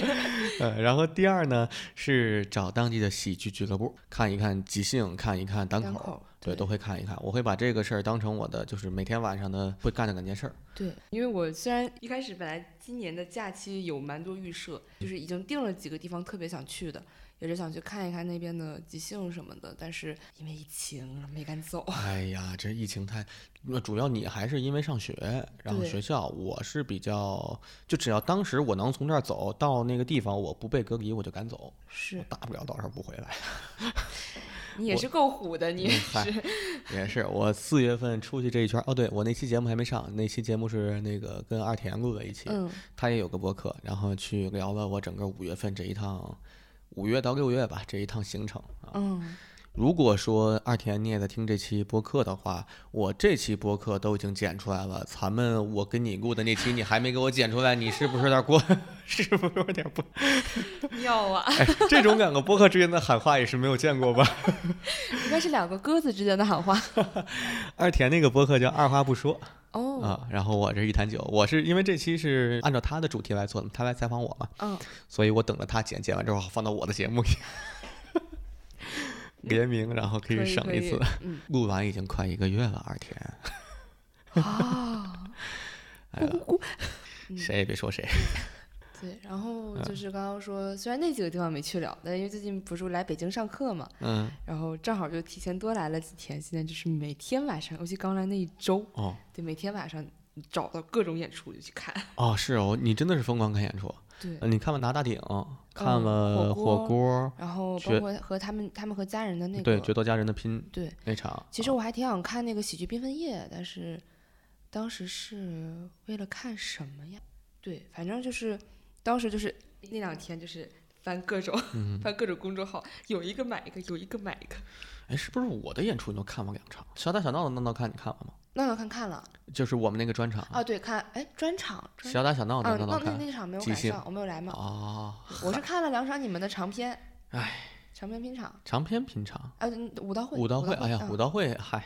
Speaker 1: 呃，然后第二呢是找当地的喜剧俱乐部，看一看即兴，看一看单口，
Speaker 2: 两口儿，
Speaker 1: 对，都会看一看。我会把这个事儿当成我的就是每天晚上的会干的两件事儿。
Speaker 2: 对，因为我虽然一开始本来今年的假期有蛮多预设，就是已经定了几个地方特别想去的，也是想去看一看那边的即兴什么的，但是因为疫情没敢走。
Speaker 1: 哎呀，这疫情太……那主要你还是因为上学，然后
Speaker 2: 对
Speaker 1: 学校，我是比较就只要当时我能从这儿走到那个地方，我不被隔离，我就敢走，我
Speaker 2: 是
Speaker 1: 大不了到时候不回来。
Speaker 2: 你也
Speaker 1: 我
Speaker 2: 是够虎的，你
Speaker 1: 嗯 嗨也是，我四月份出去这一圈儿，哦，对我那期节目还没上，那期节目是那个跟二田录的一期，
Speaker 2: 嗯，
Speaker 1: 他也有个博客，然后去聊了我整个五月份这一趟，五月到六月吧这一趟行程啊。
Speaker 2: 嗯，
Speaker 1: 如果说二田你也在听这期播客的话，我这期播客都已经剪出来了，咱们我跟你录的那期你还没给我剪出来，你是不是有点过？ 是不是有点不？
Speaker 2: 要啊！
Speaker 1: 哎，这种两个播客之间的喊话也是没有见过 吧？
Speaker 2: 应该是两个鸽子之间的喊话。
Speaker 1: 二田那个播客叫二话不说
Speaker 2: 哦，
Speaker 1: 啊，然后我这一坛酒，我是因为这期是按照他的主题来做的，他来采访我嘛，
Speaker 2: 嗯，
Speaker 1: 所以我等着他剪，剪完之后放到我的节目里。 联名，然后可以省一次。。
Speaker 2: 嗯，
Speaker 1: 录完已经快一个月了，二田，哎
Speaker 2: 啊，咕咕咕。嗯
Speaker 1: 谁也别说谁。
Speaker 2: 对，然
Speaker 1: 嗯
Speaker 2: 后就是刚刚说，虽然那几个地方没去了，但因为最近不是来北京上课嘛，
Speaker 1: 嗯，
Speaker 2: 然后正好就提前多来了几天，现在就是每天晚上，尤其刚来那一周，
Speaker 1: 哦
Speaker 2: 对，每天晚上找到各种演出就去看。
Speaker 1: 哦，是哦，你真的是疯狂看演出，
Speaker 2: 对，
Speaker 1: 呃你看了拿大顶，看
Speaker 2: 嗯
Speaker 1: 了
Speaker 2: 火
Speaker 1: 火
Speaker 2: 锅
Speaker 1: 锅，
Speaker 2: 然后包
Speaker 1: 决
Speaker 2: 括和他们、他们和家人的那个
Speaker 1: 对，决斗家人的拼
Speaker 2: 对
Speaker 1: 那场，
Speaker 2: 其实我还挺想看那个《喜剧缤纷夜》，但是当时是为了看什么呀？对，反正就是当时就是那两天就是翻各种、 翻各种公众号，有一个买一个，有一个买一个。
Speaker 1: 哎，是不是我的演出你都看过两场？小打小闹的闹闹看你看了吗？
Speaker 2: 闹闹看看了
Speaker 1: 就是我们那个专场，
Speaker 2: 啊，对，看哎专场，专
Speaker 1: 小打小闹
Speaker 2: 啊
Speaker 1: 的闹
Speaker 2: 那
Speaker 1: 闹
Speaker 2: 那
Speaker 1: 看
Speaker 2: 那场没有
Speaker 1: 即
Speaker 2: 赶
Speaker 1: 兴
Speaker 2: 上，我没有来嘛，
Speaker 1: 哦，
Speaker 2: 我是看了两场你们的长篇，
Speaker 1: 哎，
Speaker 2: 长篇拼场，
Speaker 1: 长篇拼场，
Speaker 2: 啊，嗯武道会，
Speaker 1: 舞蹈会，哎呀，
Speaker 2: 嗯
Speaker 1: 舞蹈会，嗨。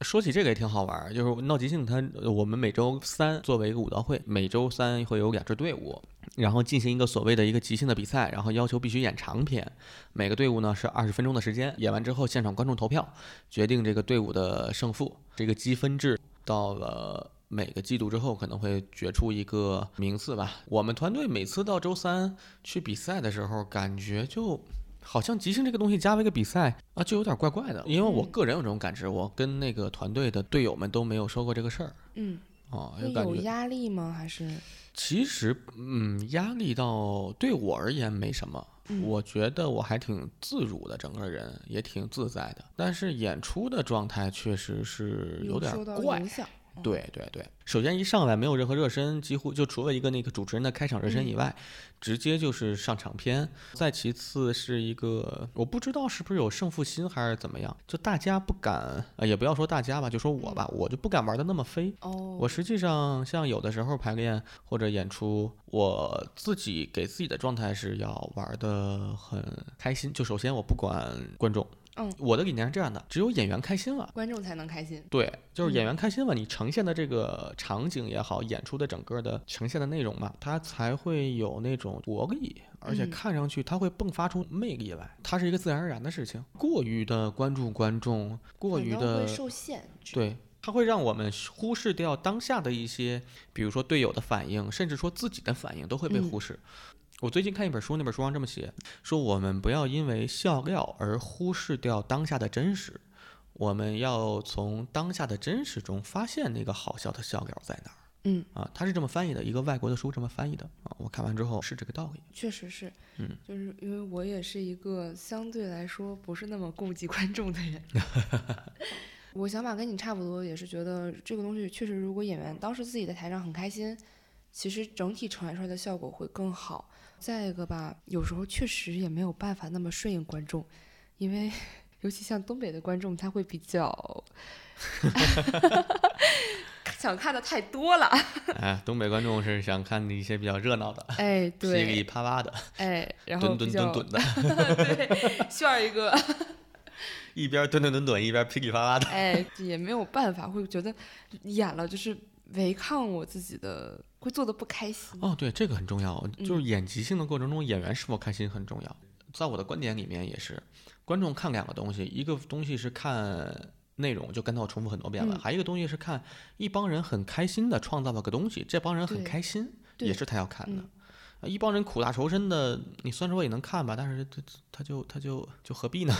Speaker 1: 说起这个也挺好玩儿，就是闹即兴它，我们每周三作为一个舞蹈会，每周三会有两支队伍，然后进行一个所谓的一个即兴的比赛，然后要求必须演长篇，每个队伍呢是二十分钟的时间，演完之后现场观众投票决定这个队伍的胜负，这个积分制到了。每个季度之后可能会决出一个名次吧。我们团队每次到周三去比赛的时候，感觉就好像即兴这个东西加了一个比赛啊，就有点怪怪的。因为我
Speaker 2: 嗯
Speaker 1: 个人有这种感知，我跟那个团队的队友们都没有说过这个事儿
Speaker 2: 嗯，
Speaker 1: 啊，
Speaker 2: 会
Speaker 1: 就感
Speaker 2: 有
Speaker 1: 觉
Speaker 2: 压力吗？还是
Speaker 1: 其实嗯，压力到对我而言没什么。
Speaker 2: 嗯
Speaker 1: 我觉得我还挺自如的，整个人也挺自在的，但是演出的状态确实是有点
Speaker 2: 受到
Speaker 1: 怪
Speaker 2: 影，响？
Speaker 1: 对对对，首先一上来没有任何热身，几乎就除了一个那个主持人的开场热身以外，直接就是上场篇。再其次是一个，我不知道是不是有胜负心还是怎么样，就大家不敢，呃，也不要说大家吧，就说我吧，我就不敢玩的那么飞。
Speaker 2: 哦，
Speaker 1: 我实际上像有的时候排练或者演出，我自己给自己的状态是要玩的很开心。就首先我不管观众，
Speaker 2: 嗯，
Speaker 1: 我的理念是这样的，只有演员开心了。
Speaker 2: 观众才能开心。
Speaker 1: 对，就是演
Speaker 2: 嗯
Speaker 1: 员开心了，你呈现的这个场景也好，演出的整个的呈现的内容嘛，它才会有那种活力，而且
Speaker 2: 嗯
Speaker 1: 看上去它会迸发出魅力来，它是一个自然而然的事情。过于的关注观众，过
Speaker 2: 反
Speaker 1: 于
Speaker 2: 倒
Speaker 1: 的
Speaker 2: 会受限制。
Speaker 1: 对，它会让我们忽视掉当下的一些，比如说队友的反应，甚至说自己的反应都会被
Speaker 2: 嗯
Speaker 1: 忽视。我最近看一本书，那本书上这么写，说我们不要因为笑料而忽视掉当下的真实，我们要从当下的真实中发现那个好笑的笑料在哪儿。
Speaker 2: 嗯
Speaker 1: 啊，他是这么翻译的，一个外国的书这么翻译的啊。我看完之后是这个 道理。
Speaker 2: 确实是，
Speaker 1: 嗯，
Speaker 2: 就是因为我也是一个相对来说不是那么顾及 观众 的人。我想法跟你差不多，也是觉得这个东西确实，如果演员当时自己在台上很开心，其实整体传出来的效果会更好。再一个吧，有时候确实也没有办法那么顺应观众，因为 尤其像东北的观众，他会比较。想看的太多了。
Speaker 1: 哎，东北观众是想看一些比较热闹的、
Speaker 2: 哎，
Speaker 1: 噼
Speaker 2: 对，
Speaker 1: 里啪啦的、
Speaker 2: 哎，然后
Speaker 1: 蹲
Speaker 2: 比
Speaker 1: 蹲
Speaker 2: 较
Speaker 1: 蹲蹲的，
Speaker 2: 对，炫儿一个，
Speaker 1: 一边蹲蹲蹲蹲，一边噼里啪啦的。
Speaker 2: 哎，也没有办法，会觉得演了就是违抗我自己的，会做的不开心。
Speaker 1: 哦，对，这个很重要，就是
Speaker 2: 嗯
Speaker 1: 演即兴的过程中，演员是否开心很重要。在我的观点里面也是，观众看两个东西，一个东西是看内容，就刚才我重复很多遍了，
Speaker 2: 嗯
Speaker 1: 还有一个东西是看一帮人很开心的创造了个东西，这帮人很
Speaker 2: 对
Speaker 1: 开心，
Speaker 2: 对
Speaker 1: 也是他要看的
Speaker 2: 嗯。
Speaker 1: 啊一帮人苦大仇深的，你虽然说也能看吧，但是他他就他就就何必呢？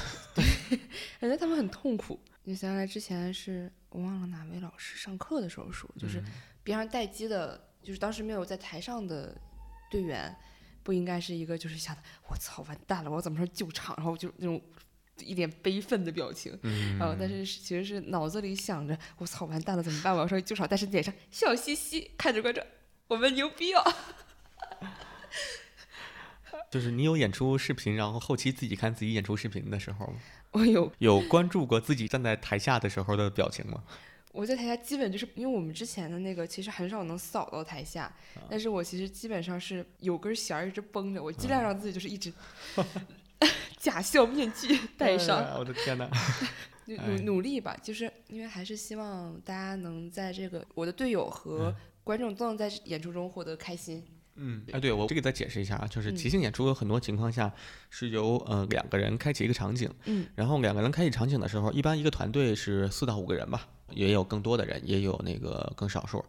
Speaker 2: 感觉他们很痛苦。你想起来之前是我忘了哪位老师上课的时候说，就是
Speaker 1: 嗯
Speaker 2: 别让待机的，就是当时没有在台上的队员，不应该是一个就是想的我操完蛋了，我怎么上救场，然后就那种一脸悲愤的表情，
Speaker 1: 嗯，
Speaker 2: 然后但是是其实是脑子里想着我操完蛋了怎么办，我要上救场，但是脸上笑嘻嘻看着观众，我们牛逼哦，
Speaker 1: 就是你有演出视频，然后后期自己看自己演出视频的时候吗，
Speaker 2: 我有
Speaker 1: 有关注过自己站在台下的时候的表情吗？
Speaker 2: 我在台下基本就是因为我们之前的那个其实很少能扫到台下，
Speaker 1: 啊
Speaker 2: 但是我其实基本上是有根弦儿一直绷着，我尽
Speaker 1: 嗯
Speaker 2: 量让自己就是一直、 假笑面 具戴上，
Speaker 1: 哎我的天 哪！
Speaker 2: 努
Speaker 1: 哎
Speaker 2: 努努力吧，就是因为还是希望大家能在这个我的队友和
Speaker 1: 嗯
Speaker 2: 观众都能在演出中获得开心。
Speaker 1: 嗯，哎，对我这个再解释一下啊，就是即
Speaker 2: 嗯
Speaker 1: 兴演出有很多情况下是由呃两个人开启一个场景，
Speaker 2: 嗯，
Speaker 1: 然后两个人开启场景的时候，一般一个团队是四到五个人吧，也有更多的人，也有那个更少数。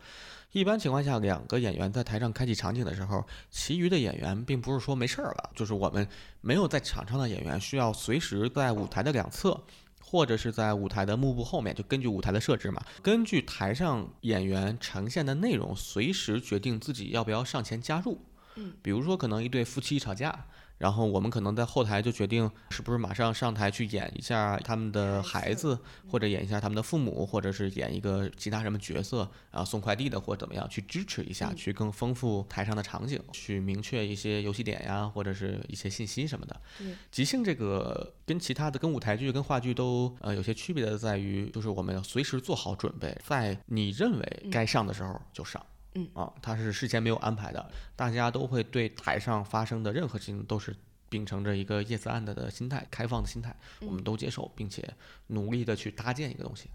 Speaker 1: 一般情况下，两个演员在台上开启场景的时候，其余的演员并不是说没事儿了，就是我们没有在场上的演员需要随时在舞台的两侧。或者是在舞台的幕布后面，就根据舞台的设置嘛，根据台上演员呈现的内容，随时决定自己要不要上前加入。
Speaker 2: 嗯
Speaker 1: 比如说可能一对夫妻吵架，然后我们可能在后台就决定是不是马上上台去演一下他们的孩
Speaker 2: 孩嗯
Speaker 1: 子，或者演一下他们的父母，或者是演一个其他什么角色啊，送快递的或者怎么样，去支持一下，
Speaker 2: 嗯
Speaker 1: 去更丰富台上的场景，去明确一些游戏点呀，或者是一些信息什么的
Speaker 2: 对。
Speaker 1: 即兴这个跟其他的跟舞台剧跟话剧都呃有些区别的在于，就是我们要随时做好准备，在你认为
Speaker 2: 嗯
Speaker 1: 该上的时候就上。
Speaker 2: 嗯
Speaker 1: 啊，它是事先没有安排的，大家都会对台上发生的任何事情都是秉承着一个 yes and 的心态，开放的心态，我
Speaker 2: 嗯
Speaker 1: 们都接受，并且努力的去搭建一个东西。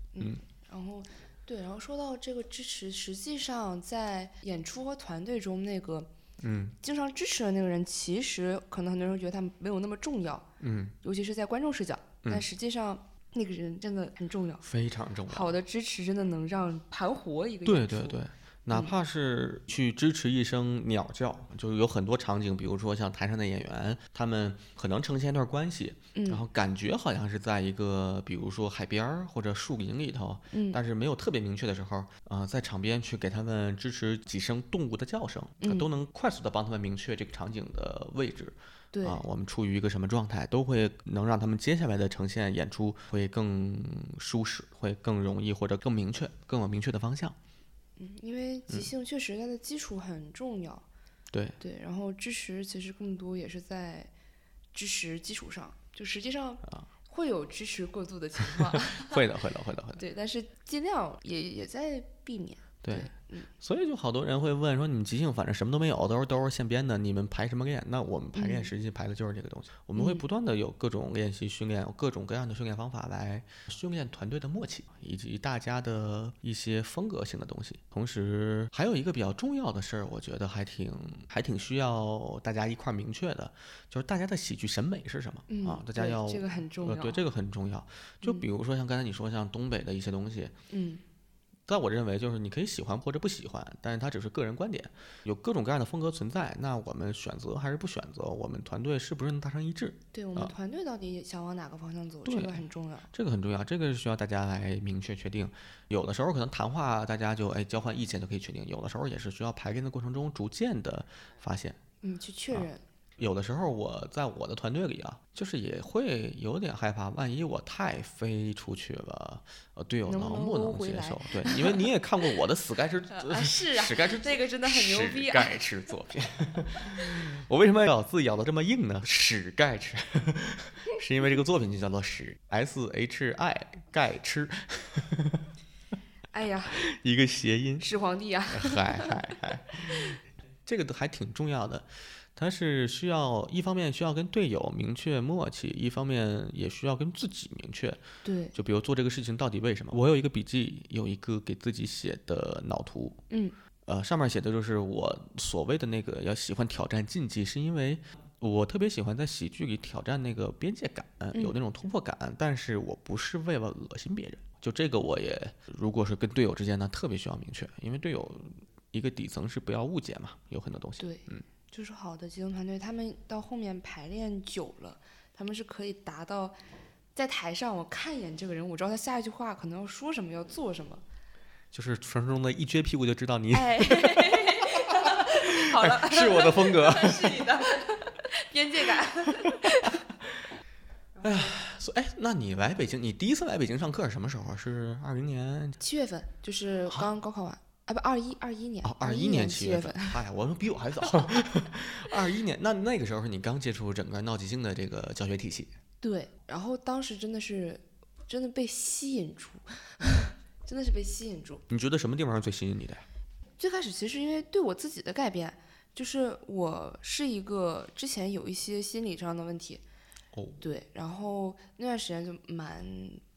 Speaker 2: 然后，对，然后说到这个支持，实际上在演出和团队中，那个
Speaker 1: 嗯
Speaker 2: 经常支持的那个人，其实可能很多人觉得他没有那么重要，
Speaker 1: 嗯，
Speaker 2: 尤其是在观众视角，
Speaker 1: 嗯
Speaker 2: 但实际上那个人真的很重要。
Speaker 1: 非常重要。
Speaker 2: 好的支持真的能让盘活一个
Speaker 1: 对
Speaker 2: 演
Speaker 1: 对
Speaker 2: 出嗯
Speaker 1: 对，哪怕是去支持一声鸟叫，就是有很多场景，比如说像台上的演员，他们可能呈现一段关系，然
Speaker 2: 嗯
Speaker 1: 后感觉好像是在一个，比如说海边儿或者树林里头，
Speaker 2: 嗯
Speaker 1: 但是没有特别明确的时候，啊、在场边去给他们支持几声动物的叫声，呃
Speaker 2: 嗯
Speaker 1: 都能快速的帮他们明确这个场景的位置
Speaker 2: 对
Speaker 1: 啊、我们处于一个什么状态，都会能让他们接下来的呈现演出会更舒适，会更容易或者更明确，更有明确的方向。
Speaker 2: 嗯因为即兴确实它的基础很重要。
Speaker 1: 对
Speaker 2: 对，然后支持其实更多也是在支持基础上，就实际上
Speaker 1: 啊
Speaker 2: 会有支持过度的情况，
Speaker 1: 会的，会的，会的，会的。
Speaker 2: 对，但是尽量也也在避免。
Speaker 1: 对
Speaker 2: 对，嗯
Speaker 1: 所以就好多人会问说，你们即兴反正什么都没有，都是都是现编的，你们排什么练？那我们排练
Speaker 2: 嗯
Speaker 1: 实际排的就是这个东西。我们会
Speaker 2: 嗯
Speaker 1: 不断的有各种练习训练，有各种各样的训练方法来训练团队的默契，以及大家的一些风格性的东西。同时，还有一个比较重要的事儿，我觉得还挺还挺需要大家一块儿明确的，就是大家的喜剧审美是什么、
Speaker 2: 嗯
Speaker 1: 啊？大家
Speaker 2: 对
Speaker 1: 要
Speaker 2: 这个很重
Speaker 1: 呃
Speaker 2: 要。
Speaker 1: 对这个很重要。就比如说像刚才你说像东北的一些东西，
Speaker 2: 嗯
Speaker 1: 在我认为，就是你可以喜欢或者不喜欢，但是它只是个人观点，有各种各样的风格存在。那我们选择还是不选择，我们团队是不是能达成一致，
Speaker 2: 对我们
Speaker 1: 啊
Speaker 2: 团队到底想往哪个方向走，这
Speaker 1: 对
Speaker 2: 个很重要。
Speaker 1: 这个很重要，这个是需要大家来明确确定。有的时候可能谈话大家就哎交换意见就可以确定，有的时候也是需要排练的过程中逐渐的发现。
Speaker 2: 嗯，去确
Speaker 1: 啊
Speaker 2: 认。
Speaker 1: 有的时候我在我的团队里啊，就是也会有点害怕，万一我太飞出去了，呃，队友
Speaker 2: 能不
Speaker 1: 能
Speaker 2: 能
Speaker 1: 不
Speaker 2: 搂
Speaker 1: 能
Speaker 2: 回
Speaker 1: 接
Speaker 2: 来
Speaker 1: 受？对，因为你也看过我的死盖是
Speaker 2: 啊，是 啊，
Speaker 1: 史盖是
Speaker 2: 这个真的很牛逼
Speaker 1: 史
Speaker 2: 啊！
Speaker 1: 盖吃作品， 我为什么要字咬得这么硬呢？史盖吃，是因为这个作品就叫做史 S H I 盖吃。
Speaker 2: 哎呀，
Speaker 1: 一个谐音，
Speaker 2: 始皇帝呀、啊
Speaker 1: 嗨嗨嗨，这个都还挺重要的。它是需要一方面需要跟队友明确默契，一方面也需要跟自己明确。
Speaker 2: 对，
Speaker 1: 就比如做这个事情到底为什么？我有一个笔记，有一个给自己写的脑图，
Speaker 2: 嗯，
Speaker 1: 呃，上面写的就是我所谓的那个要喜欢挑战禁忌，是因为我特别喜欢在喜剧里挑战那个边界感，
Speaker 2: 嗯
Speaker 1: 有那种突破感，但是我不是为了恶心别人。就这个，我也如果是跟队友之间呢，特别需要明确，因为队友一个底层是不要误解嘛，有很多东西。
Speaker 2: 对，就是好的集中团队，他们到后面排练久了，他们是可以达到在台上，我看一眼这个人，我知道他下一句话可能要说什么，要做什么。
Speaker 1: 就是传说中的一撅屁股就知道你 哎
Speaker 2: 哎， 好了，
Speaker 1: 是我的风格。
Speaker 2: 是你的边界感。
Speaker 1: 所以哎，那你来北京，你第一次来北京上课是什么时候？啊是二零年
Speaker 2: 七月份就是刚高考完，啊不，二一二一年，
Speaker 1: 哦，二
Speaker 2: 一
Speaker 1: 一年
Speaker 2: 七
Speaker 1: 七月
Speaker 2: 份。。
Speaker 1: 哎呀，我们比我还早。 二一年，那那个时候是你刚接触整个闹即兴的这个教学体系，
Speaker 2: 对，然后当时真的是真的被吸引住， 真的是被吸引住。
Speaker 1: 你觉得什么地方是最吸引你的？
Speaker 2: 最开始其实因为对我自己的改变，就是我是一个之前有一些心理上的问题，
Speaker 1: 哦，
Speaker 2: 对，然后那段时间就蛮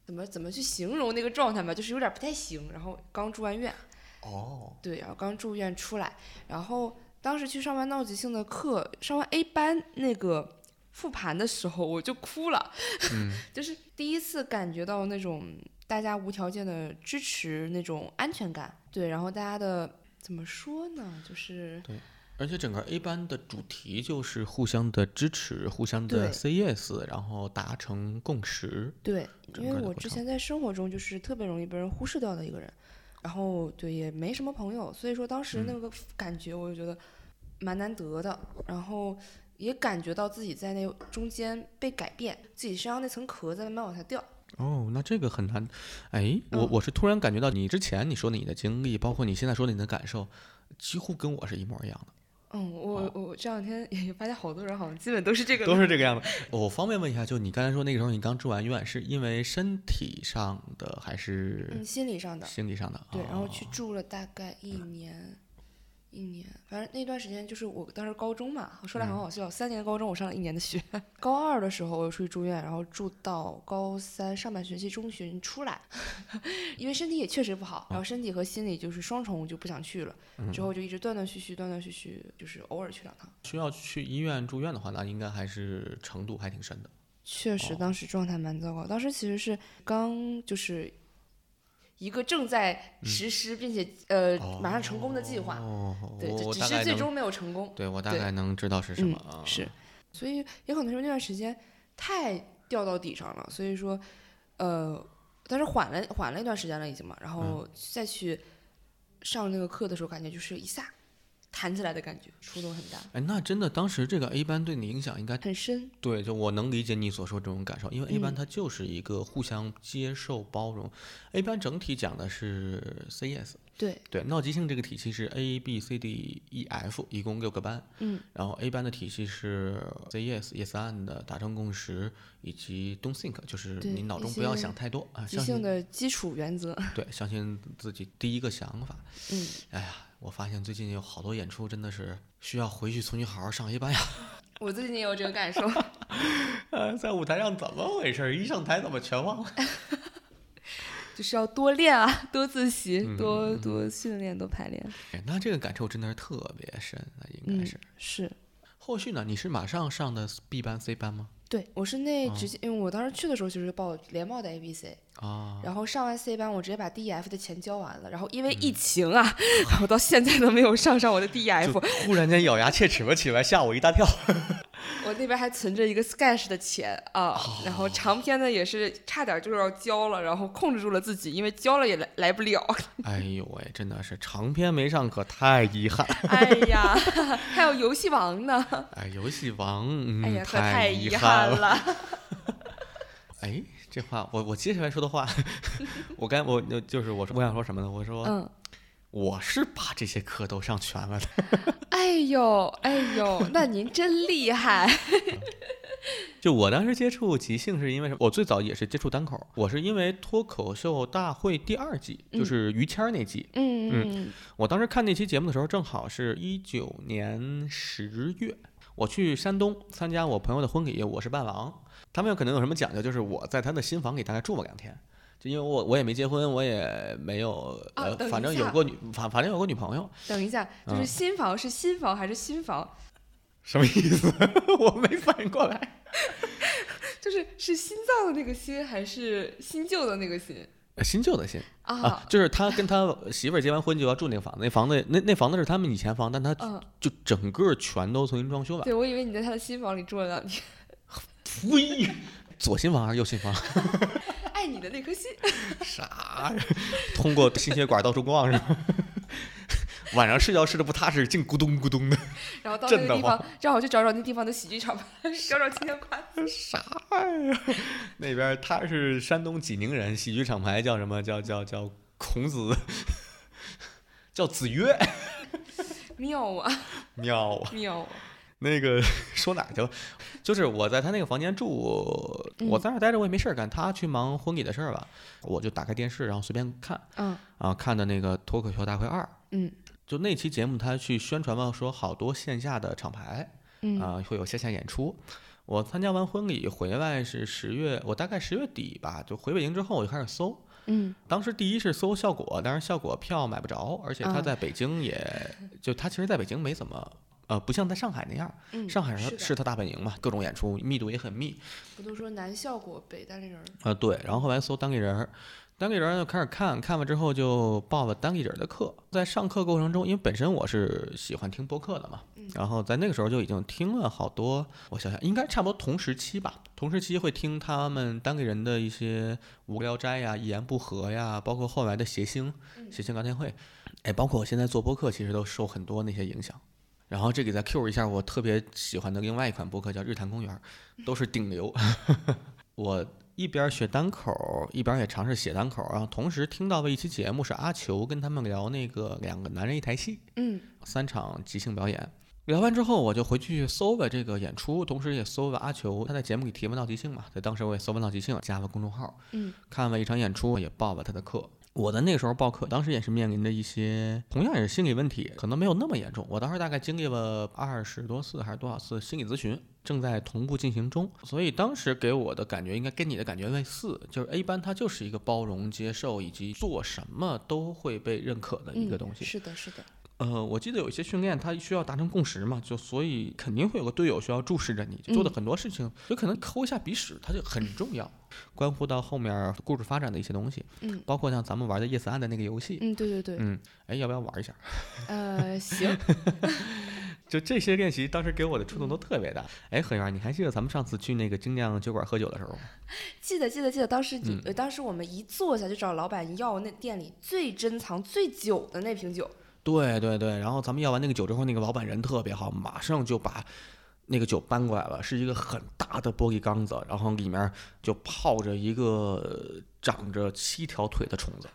Speaker 2: 怎么怎么去形容那个状态吧，就是有点不太行。然后刚住完院，
Speaker 1: 哦，
Speaker 2: 对，然后刚住院出来，然后当时去上完闹即兴的课，上完 A 班那个复盘的时候，我就哭了， 就是第一次感觉到那种大家无条件的支持，那种安全感。对，然后大家的怎么说呢？就是
Speaker 1: 而且整个 A 班的主题就是互相的支持，互相的
Speaker 2: 对
Speaker 1: say yes，然后达成共识。
Speaker 2: 对，
Speaker 1: 整
Speaker 2: 因为
Speaker 1: 个的
Speaker 2: 我
Speaker 1: 过
Speaker 2: 之
Speaker 1: 程
Speaker 2: 前在生活中就是特别容易被人忽视掉的一个人，然后对也没什么朋友，所以说当
Speaker 1: 嗯
Speaker 2: 时那个感觉我就觉得蛮难得的，然后也感觉到自己在那中间被改变，自己身上那层壳在慢慢往下掉。
Speaker 1: 哦，那这个很难。哎，我
Speaker 2: 嗯
Speaker 1: 我是突然感觉到你之前你说的你的经历，包括你现在说的你的感受，几乎跟我是一模一样的。哦
Speaker 2: 嗯，我我这两天也发现好多人好像基本都是这个
Speaker 1: 都
Speaker 2: 路，
Speaker 1: 是这个样子。哦我方便问一下，就你刚才说那个时候你刚住完院，是因为身体上的还
Speaker 2: 嗯，
Speaker 1: 是
Speaker 2: 心理上的。
Speaker 1: 心理上的？
Speaker 2: 对，然后去
Speaker 1: 哦
Speaker 2: 住了大概一年，一年，反正那段时间就是我当时高中嘛，我说来很好笑，三年高中我上了一年的学，嗯 高二的时候我出去住院，然后住到高三上半学期中旬出来， 因为身体也确实不好，然后身体和心理就是双重就不想去了，之后就一直断断续续，断断续续，就是偶尔去两趟。
Speaker 1: 需要去医院住院的话，那应该还是程度还挺深的。
Speaker 2: 确实，
Speaker 1: 哦
Speaker 2: 当时状态蛮糟糕。当时其实是刚就是一个正在实施并且、呃马上成功的计划，
Speaker 1: 哦，
Speaker 2: 对，
Speaker 1: 我
Speaker 2: 就
Speaker 1: 我
Speaker 2: 只
Speaker 1: 大概
Speaker 2: 是最
Speaker 1: 能
Speaker 2: 终没有成功。
Speaker 1: 对我大
Speaker 2: 对
Speaker 1: 概能知道是什
Speaker 2: 嗯
Speaker 1: 么啊。
Speaker 2: 是，所以也可能是那段时间太掉到底上了，所以说，呃，但是缓了缓了一段时间了已经嘛，然
Speaker 1: 嗯
Speaker 2: 后再去上那个课的时候，感觉就是一下弹起来的感觉，触动很大，
Speaker 1: 哎，那真的当时这个 A 班对你影响应该
Speaker 2: 很深。
Speaker 1: 对，就我能理解你所说这种感受，因为 A 班
Speaker 2: 嗯
Speaker 1: 它就是一个互相接受包容。A 班整体讲的是 C S，
Speaker 2: 对，
Speaker 1: 对，闹即兴这个体系是 A B C D E F，一共六个班。
Speaker 2: 嗯，
Speaker 1: 然后 A 班的体系是 E Say Yes Yes And 的达成共识，以及 Don't Think，就是
Speaker 2: 对
Speaker 1: 你脑
Speaker 2: 一
Speaker 1: 中不要
Speaker 2: 些
Speaker 1: 想太多啊，
Speaker 2: 即
Speaker 1: 相信
Speaker 2: 兴的基础原则，
Speaker 1: 对，相信自己第一个想法。
Speaker 2: 嗯，
Speaker 1: 哎呀，我发现最近有好多演出真的是需要回去重新好好上一班呀。
Speaker 2: 我最近也有这个感受。
Speaker 1: 呃，在舞台上怎么回事？一上台怎么全忘了？
Speaker 2: 就是要多练啊，多自习，
Speaker 1: 嗯
Speaker 2: 多多训练，多排练。
Speaker 1: 哎那这个感受真的是特别深，那应该
Speaker 2: 嗯
Speaker 1: 是。，
Speaker 2: 是。
Speaker 1: 后续呢？你是马上上的 B 班、C 班吗？
Speaker 2: 对，我是那
Speaker 1: 哦
Speaker 2: 直接，因为我当时去的时候其实报连报的 A、B、C，
Speaker 1: 啊，
Speaker 2: 然后上完 C 班，我直接把 D、E、F 的钱交完了。然后因为疫情啊，我到现在都没有上上我的 D、E、F，
Speaker 1: 就忽然间咬牙切齿了起来，吓我一大跳。
Speaker 2: 我那边还存着一个 Sketch 的钱啊。然后长篇的也是差点就是要交了，然后控制住了自己，因为交了也来来不了。
Speaker 1: 哎呦喂，真的是长篇没上可太遗憾。
Speaker 2: 哎呀， 还有游戏王呢，
Speaker 1: 哎，游戏王，嗯，
Speaker 2: 哎呀，可
Speaker 1: 太
Speaker 2: 遗
Speaker 1: 憾了。
Speaker 2: 了。
Speaker 1: 哎，这话我我接下来说的话， 我刚我就是我说我想说什么呢？我说、
Speaker 2: 嗯，
Speaker 1: 我是把这些课都上全了的。
Speaker 2: 哎呦，哎呦，那您真厉害。
Speaker 1: 就我当时接触即兴是因为什么？我最早也是接触单口，我是因为脱口秀大会第二季，就
Speaker 2: 嗯
Speaker 1: 是于谦儿那季。
Speaker 2: 嗯嗯
Speaker 1: 我当时看那期节目的时候，正好是一九年十月，我去山东参加我朋友的婚礼，我是伴郎。他们可能有什么讲究，就是我在他的新房里大概住了两天。就因为我我也没结婚，我也没有
Speaker 2: 啊
Speaker 1: 呃，
Speaker 2: 等一
Speaker 1: 反正有
Speaker 2: 下
Speaker 1: 过女反反正有过女朋友，
Speaker 2: 等一下，就是
Speaker 1: 嗯
Speaker 2: 新房是新房还是新房？
Speaker 1: 什么意思？ 我没反应过来。
Speaker 2: 就是是心脏的那个心还是新旧的那个心
Speaker 1: 新旧的新啊
Speaker 2: 啊，？
Speaker 1: 就是他跟他媳妇儿结完婚就要住那个房子，那房子那那房子是他们以前房，但他
Speaker 2: 嗯，
Speaker 1: 就整个全都重新装修了。
Speaker 2: 对，我以为你在他的新房里住了两 天。
Speaker 1: 呸！哎左新房还是右新房？
Speaker 2: 爱你的那颗心，
Speaker 1: 啥？ 通过心血管到处逛是吧？ 晚上睡觉睡得不踏实，净咕咚咕咚的。
Speaker 2: 然后到那
Speaker 1: 震
Speaker 2: 个
Speaker 1: 得
Speaker 2: 地
Speaker 1: 慌
Speaker 2: 方，正好去找找那地方的喜剧 场吧，找找青年馆。
Speaker 1: 啥玩意儿？那边他是山东济宁人，喜剧厂牌叫什么？叫叫叫孔子， 叫子曰。
Speaker 2: 妙啊
Speaker 1: 妙啊！
Speaker 2: 妙啊！
Speaker 1: 那个 说哪儿去了？就是我在他那个房间住，我在那儿待着，我也没事儿干。他去忙婚礼的事儿吧，我就打开电视，然后随便看
Speaker 2: 嗯
Speaker 1: 啊，看的那个《脱口秀大会二》。
Speaker 2: 嗯，
Speaker 1: 就那期节目，他去宣传嘛，说好多线下的厂牌
Speaker 2: 嗯
Speaker 1: 啊、会有线下演出。我参加完婚礼回来是十月，我大概十月底吧，就回北京之后我就开始搜。
Speaker 2: 嗯
Speaker 1: 当时第一是搜效果，当然效果票买不着，而且他
Speaker 2: 啊
Speaker 1: 在北京也、就他其实在北京没怎么呃，不像在上海那样，
Speaker 2: 嗯，
Speaker 1: 上海是他
Speaker 2: 的
Speaker 1: 是他大本营嘛，各种演出密度也很密
Speaker 2: 不都说南效果北单立人儿？
Speaker 1: 啊、呃对，然后后来搜单立人儿，单立人儿就开始看，看完之后就报了单立人儿的课。在上课过程中，因为本身我是喜欢听播客的嘛，然后在那个时候就已经听了好多，我想想应该差不多同时期吧，同时期会听他们单立人的一些无聊斋呀、一言不合呀，包括后来的谐星、谐星聊天会，哎，包括我现在做播客，其实都受很多那些影响。然后这里再 Q 一下我特别喜欢的另外一款播客叫《日坛公园》，都是顶流。 我一边学单口，一边也尝试写单口，然后同时听到的一期节目是阿球跟他们聊那个两个男人一台戏，
Speaker 2: 嗯
Speaker 1: 三场即兴表演。聊完之后，我就回去搜了这个演出，同时也搜了阿球，他在节目里提问到即兴嘛，在当时我也搜问到即兴，加了公众号，
Speaker 2: 嗯
Speaker 1: 看了一场演出，也报了他的课。我在那个时候报课，当时也是面临着一些同样也是心理问题，可能没有那么严重。我当时大概经历了二十多次还是多少次心理咨询，正在同步进行中，所以当时给我的感觉应该跟你的感觉类似，就是 A 班它就是一个包容、接受以及做什么都会被认可的一个东西。
Speaker 2: 嗯是的，是的，
Speaker 1: 呃，我记得有一些训练，它需要达成共识嘛，就所以肯定会有个队友需要注视着你，就做的
Speaker 2: 嗯
Speaker 1: 很多事情，有可能抠一下鼻屎，它就很重要，关乎到后面故事发展的一些东西，
Speaker 2: 嗯
Speaker 1: 包括像咱们玩的 Yes and 的那个游戏，
Speaker 2: 嗯，对对对，
Speaker 1: 嗯，哎，要不要玩一下？嗯
Speaker 2: 呃，行，
Speaker 1: 就这些练习，当时给我的触动都特别
Speaker 2: 嗯
Speaker 1: 大。哎，何源，你还记得咱们上次去那个精酿酒馆喝酒的时候吗？
Speaker 2: 记得记得记得，当时你
Speaker 1: 嗯、
Speaker 2: 呃当时我们一坐下就找老板要那店里最珍藏最久的那瓶酒，
Speaker 1: 对对对，然后咱们要完那个酒之后，那个老板人特别好，马上就把那个酒搬过来了，是一个很大的玻璃缸子，然后里面就泡着一个长着七条腿的虫子。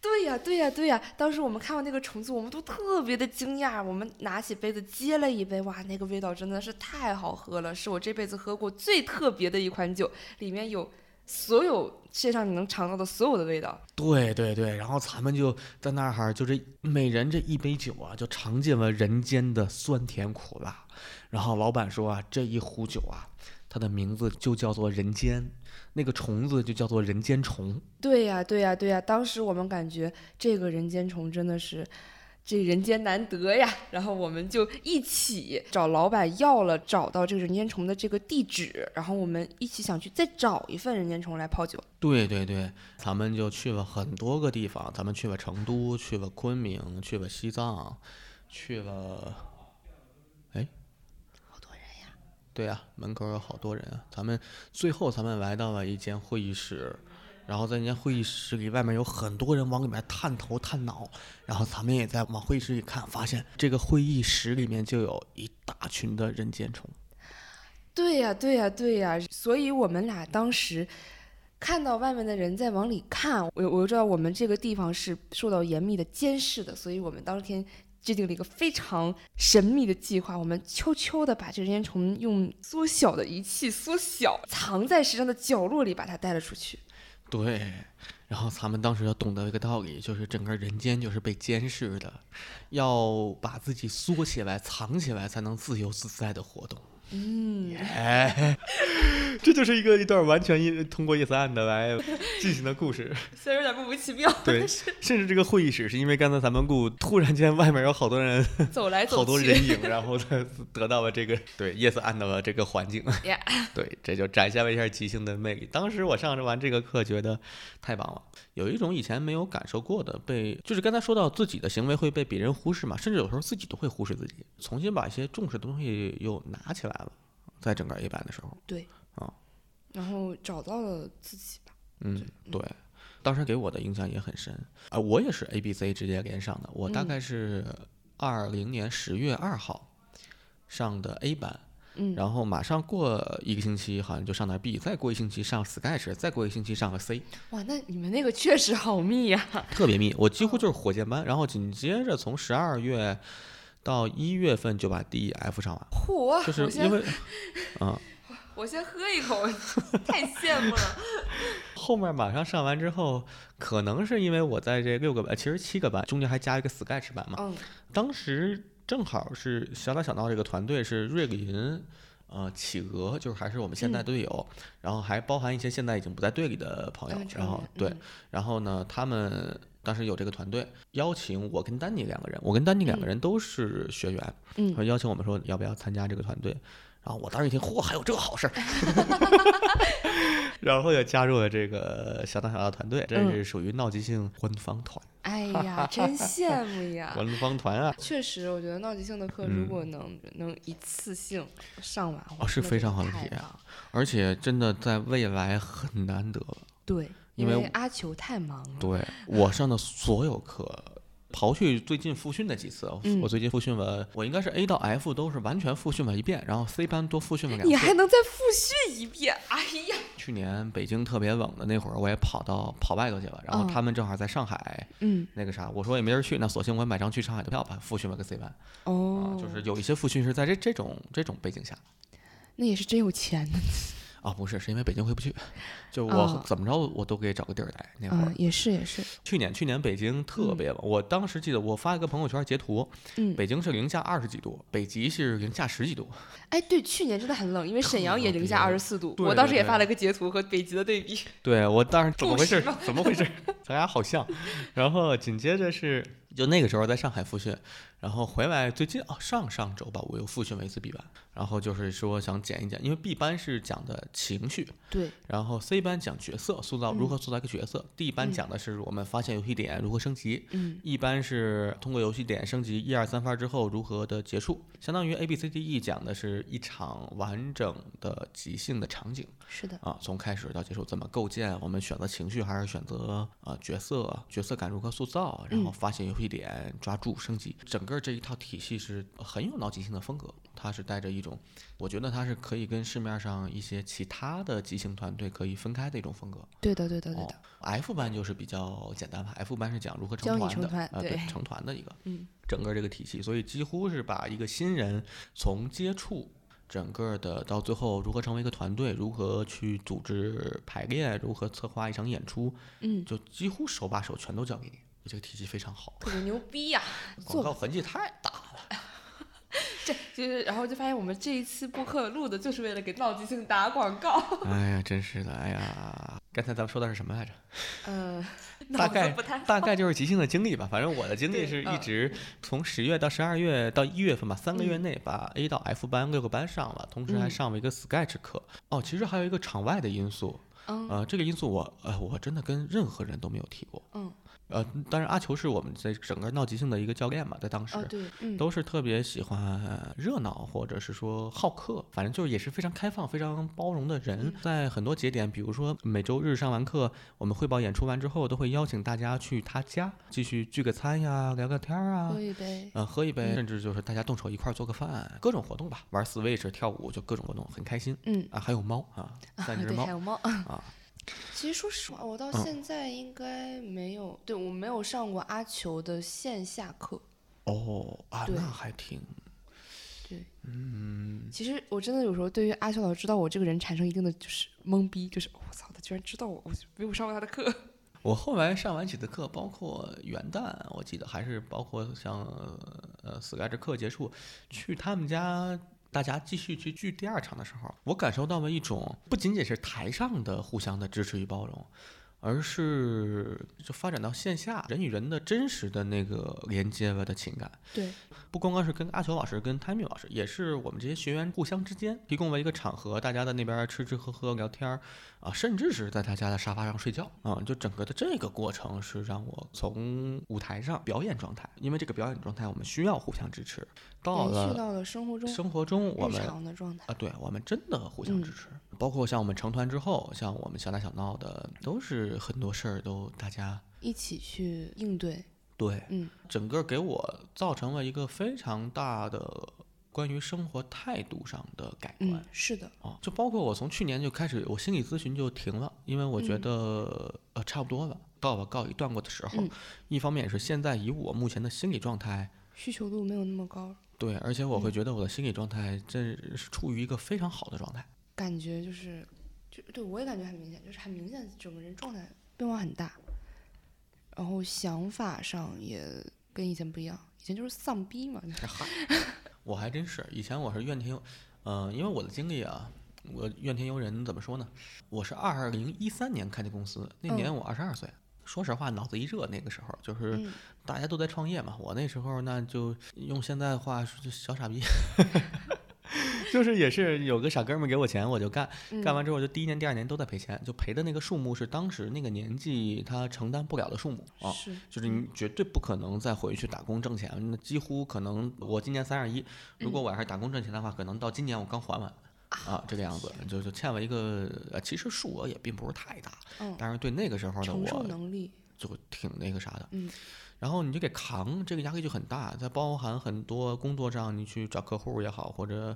Speaker 2: 对呀、对呀、对呀、当时我们看到那个虫子，我们都特别的惊讶。我们拿起杯子接了一杯，哇，那个味道真的是太好喝了，是我这辈子喝过最特别的一款酒，里面有所有世界上你能尝到的所有的味道。
Speaker 1: 对对对，然后咱们就在那儿，就这每人这一杯酒啊，就尝尽了人间的酸甜苦辣。然后老板说啊，这一壶酒啊，它的名字就叫做人间，那个虫子就叫做人间虫。
Speaker 2: 对呀、对呀、对呀、当时我们感觉这个人间虫真的是。这人间难得呀，然后我们就一起找老板要了找到这个人间虫的这个地址，然后我们一起想去再找一份人间虫来泡酒。
Speaker 1: 对对对，咱们就去了很多个地方，咱们去了成都，去了昆明，去了西藏，去了，哎，
Speaker 2: 好多人呀！
Speaker 1: 对啊，门口有好多人啊。咱们最后咱们来到了一间会议室，然后在那间会议室里外面有很多人往里面探头探脑，然后咱们也在往会议室里看，发现这个会议室里面就有一大群的人间虫。
Speaker 2: 对呀、对呀、对呀、所以我们俩当时看到外面的人在往里看，我我就知道我们这个地方是受到严密的监视的，所以我们当天制定了一个非常神秘的计划，我们悄悄地把这只烟虫用缩小的仪器缩小，藏在石上的角落里，把它带了出去。
Speaker 1: 对，然后咱们当时要懂得一个道理，就是整个人间就是被监视的，要把自己缩起来、藏起来，才能自由自在的活动。
Speaker 2: 嗯，
Speaker 1: 哎， 这就是一个一段完全一通过一次案的来进行的故事。
Speaker 2: 虽然有点莫名 其妙，
Speaker 1: 对，甚至这个会议室是因为刚才咱们顾突然间外面有好多人、
Speaker 2: 走来
Speaker 1: 好
Speaker 2: 走
Speaker 1: 多
Speaker 2: 去，
Speaker 1: 人影，然后他 得到了这个对夜色暗的这个环 境。
Speaker 2: 呀
Speaker 1: 对，这就展现了一下即兴的魅力。当时我上着完这个课，觉得太棒了，有一种以前没有感受过的被，就是刚才说到自己的行为会被别人忽视嘛，甚至有时候自己都会忽视自己，重新把一些重视的东西又拿起来了，在整个 A 班的时候，啊
Speaker 2: 然后找到了自己吧。
Speaker 1: 嗯，对。当时给我的影响也很深啊、我也是 A、B、C 直接连上的。我大概是二零年十月二号上的 A 班，
Speaker 2: 嗯
Speaker 1: 然后马上过一个星期，好像就上的 B，再过一星期上 Sketch，再过一星期上了 C，
Speaker 2: 哇，那你们那个确实好密呀、
Speaker 1: 特别密。我几乎就是火箭班，然后紧接着从十二月到一月份就把 D、E、F 上完，
Speaker 2: 嚯，
Speaker 1: 就是
Speaker 2: 我
Speaker 1: 因
Speaker 2: 先
Speaker 1: 为啊、
Speaker 2: 我先喝一口， 太羡慕了。
Speaker 1: 后面马上上完之后，可能是因为我在这六个班，其实七个班中间还加一个 Sketch 班嘛，
Speaker 2: 嗯
Speaker 1: 当时正好是小打小闹这个团队是瑞林，呃，企鹅就是还是我们
Speaker 2: 嗯
Speaker 1: 现在队友，然后还包含一些现在已经不在队里的朋友
Speaker 2: 嗯，
Speaker 1: 然后对，然后呢，他们当时有这个团队邀请我跟丹尼两个人，我跟丹尼两个人都是学员，
Speaker 2: 嗯
Speaker 1: 说邀请我们说要不要参加这个团队，然后我当时一听，嚯，还有这好 事儿， 然后也加入了这个小打小闹团队，这
Speaker 2: 嗯
Speaker 1: 是属于闹即兴官方团，
Speaker 2: 哎 呀，真羡慕呀！
Speaker 1: 官方团啊，
Speaker 2: 确实，我觉得闹即兴的课如果能、能一次性上完，
Speaker 1: 嗯哦是非常好的体验
Speaker 2: 啊。
Speaker 1: 而且真的在未来很难得。
Speaker 2: 对，
Speaker 1: 因
Speaker 2: 因
Speaker 1: 为
Speaker 2: 为阿球太忙了。
Speaker 1: 对我上的所有课，刨去最近复训的几次，
Speaker 2: 嗯
Speaker 1: 我最近复训完，我应该是 A 到 F 都是完全复训完一遍，然后 C 班多复训了两
Speaker 2: 你
Speaker 1: 次
Speaker 2: 还。能再复训一遍？哎呀，
Speaker 1: 去年北京特别冷的那会儿，我也跑到跑外头去了，然后
Speaker 2: 哦
Speaker 1: 他们正好在上海
Speaker 2: 嗯，
Speaker 1: 那个啥，我说也没人去，那索性我买张去上海的票吧，复训完个 C 班啊
Speaker 2: 哦，，
Speaker 1: 就是有一些复训是在这这种这种背景下。
Speaker 2: 那也是真有钱的
Speaker 1: 啊，不是，是因为北京回不去，就我、
Speaker 2: 哦
Speaker 1: 怎么着我都给找个地儿来。那会儿、
Speaker 2: 啊，也是也是，
Speaker 1: 去年去年北京特别冷，我当时记得我发一个朋友圈截图，
Speaker 2: 嗯，
Speaker 1: 北京是零下二十几度，北极是零下十几度。
Speaker 2: 哎，对，去年真的很冷，因为沈阳也零下
Speaker 1: 特
Speaker 2: 二
Speaker 1: 别
Speaker 2: 十四度，
Speaker 1: 对
Speaker 2: 我
Speaker 1: 对
Speaker 2: 当时也
Speaker 1: 对
Speaker 2: 发了个截图和北极的对比。
Speaker 1: 对我当时怎么
Speaker 2: 不
Speaker 1: 回事
Speaker 2: 是吧？
Speaker 1: 怎么回事？ 咱俩好像。然后紧接着是就那个时候在上海复训，然后回来最近哦上上周吧，我又复训了一次 B 班，然后就是说想讲一讲，因为 B 班是讲的情绪，
Speaker 2: 对，
Speaker 1: 然后 C 班讲角色塑造，如何塑造一个角色、d 班
Speaker 2: 嗯
Speaker 1: 讲的是我们发现游戏点如何升级。
Speaker 2: 嗯
Speaker 1: 一般是通过游戏点升级一二三番之后如何的结束，相当于 A B C D E 讲的是一场完整的即兴的场景
Speaker 2: 是的，
Speaker 1: 啊，从开始到结束怎么构建，我们选择情绪还是选择啊角色，角色感如何塑造，然后发现游戏点抓住升级，整个这一套体系是很有脑即兴的风格，它是带着一种，我觉得它是可以跟市面上一些其他的即兴团队可以分开的一种风格。
Speaker 2: 对的，对的，对
Speaker 1: 哦
Speaker 2: 的，
Speaker 1: F 班就是比较简单吧，F 班是讲如何
Speaker 2: 教
Speaker 1: 成
Speaker 2: 你
Speaker 1: 团
Speaker 2: 成
Speaker 1: 的，
Speaker 2: 团
Speaker 1: 呃，对
Speaker 2: 对，
Speaker 1: 成团的一个，
Speaker 2: 嗯，
Speaker 1: 整个这个体系，所以几乎是把一个新人从接触。整个的到最后如何成为一个团队，如何去组织排练，如何策划一场演出，
Speaker 2: 嗯，
Speaker 1: 就几乎手把手全都教给你。这个体系非常好，
Speaker 2: 特别牛逼啊呀、
Speaker 1: 广
Speaker 2: 做
Speaker 1: 告痕迹太大了。
Speaker 2: 这就是，然后就发现我们这一期播客录的就是为了给闹即兴打广告。
Speaker 1: 哎呀，真是的，哎呀，刚才咱们说的是什么来着？
Speaker 2: 嗯，
Speaker 1: 呃大
Speaker 2: 脑子
Speaker 1: 概
Speaker 2: 不太
Speaker 1: 大概就是即兴的经历吧。反正我的经历
Speaker 2: 对
Speaker 1: 是一
Speaker 2: 嗯
Speaker 1: 直从十月到十二月到一月份吧，三个月内把 A 到 F 班六个班上了，同时还
Speaker 2: 嗯
Speaker 1: 上了一个 Sketch 课。哦，其实还有一个场外的因素，
Speaker 2: 嗯
Speaker 1: 呃，这个因素我呃我真的跟任何人都没有提过。
Speaker 2: 嗯
Speaker 1: 呃，当然阿球是我们在整个闹即兴的一个教练嘛，在当时。
Speaker 2: 哦对嗯
Speaker 1: 都是特别喜欢热闹，或者是说好客，反正就是也是非常开放、非常包容的
Speaker 2: 嗯
Speaker 1: 人。在很多节点，比如说每周日上完课，我们汇报演出完之后，都会邀请大家去他家继续聚个餐呀、聊个天儿啊
Speaker 2: 喝。一杯。
Speaker 1: 呃，喝一
Speaker 2: 嗯
Speaker 1: 杯，甚至就是大家动手一块儿做个饭，各种活动吧，玩 Switch、跳舞，就各种活动，很开心
Speaker 2: 嗯，
Speaker 1: 啊。还有猫啊，三只
Speaker 2: 对，
Speaker 1: 猫
Speaker 2: 还有猫。
Speaker 1: 啊，
Speaker 2: 其实说实话，我到
Speaker 1: 嗯
Speaker 2: 现在应该没有，对我没有上过阿球的线下课。
Speaker 1: 哦啊，
Speaker 2: 对
Speaker 1: 那还挺
Speaker 2: 对，
Speaker 1: 嗯，
Speaker 2: 其实我真的有时候对于阿修老师知道我这个人产生一定的就是懵逼，就是我操，他居然知道我，我就没有上过他的课。
Speaker 1: 我后来上完几次课，包括元旦，我记得还是包括像呃 Sky 这课结束，去他们家，大家继续去聚第二场的时候，我感受到了一种不仅仅是台上的互相的支持与包容，而是就发展到线下人与人的真实的那个连接了的情感。
Speaker 2: 对，
Speaker 1: 不光光是跟阿球老师、跟 Timmy 老师，也是我们这些学员互相之间提供了一个场合，大家在那边吃吃喝喝、聊天儿啊，甚至是在他家的沙发上睡觉啊，就整个的这个过程是让我从舞台上表演状态，因为这个表演状态我们需要互相支持，到
Speaker 2: 延续
Speaker 1: 了
Speaker 2: 到了生活中
Speaker 1: 生活中我
Speaker 2: 日
Speaker 1: 们
Speaker 2: 常的嗯状态。
Speaker 1: 啊，对，我们真的互相支持，包括像我们成团之后，像我们小打小闹的，都是很多事儿都大家
Speaker 2: 一起去应对。
Speaker 1: 对，
Speaker 2: 嗯，
Speaker 1: 整个给我造成了一个非常大的关于生活态度上的改观。
Speaker 2: 嗯，是的，
Speaker 1: 啊，就包括我从去年就开始，我心理咨询就停了，因为我觉
Speaker 2: 嗯
Speaker 1: 得、呃差不多了，到了告一段落的时候。
Speaker 2: 嗯
Speaker 1: 一方面也是现在以我目前的心理状态，
Speaker 2: 需求度没有那么高，
Speaker 1: 对，而且我会
Speaker 2: 嗯
Speaker 1: 觉得我的心理状态真是处于一个非常好的状态。
Speaker 2: 感觉就是，就对我也感觉很明显，就是很明显整个人状态变化很大，然后想法上也跟以前不一样，以前就是丧逼嘛， 就是
Speaker 1: 我还真是，以前我是怨天尤，呃，因为我的经历啊，我怨天尤人怎么说呢？我是二零一三年开的公司，
Speaker 2: 哦
Speaker 1: 那年我二十二岁。说实话，脑子一热，那个时候就是
Speaker 2: 嗯，
Speaker 1: 大家都在创业嘛。我那时候那就用现在的话说，就小 傻逼，就是也是有个傻哥们儿给我钱，我就干。
Speaker 2: 嗯
Speaker 1: 干完之后就第一年、第二年都在赔钱，就赔的那个数目是当时那个年纪他承担不了的数目啊。
Speaker 2: 是，
Speaker 1: 就是你绝对不可能再回去打工挣钱，那几乎可能我今年三十一，如果我要是打工挣钱的话，可能到今年我刚还完。啊，这个样子就就欠了一个，呃，其实数额也并不是太大，
Speaker 2: 嗯，
Speaker 1: 但是对那个时候的
Speaker 2: 承受
Speaker 1: 我
Speaker 2: 能力，
Speaker 1: 就挺那个啥的，
Speaker 2: 嗯，
Speaker 1: 然后你就给扛，这个压力就很大，它包含很多工作上你去找客户也好，或者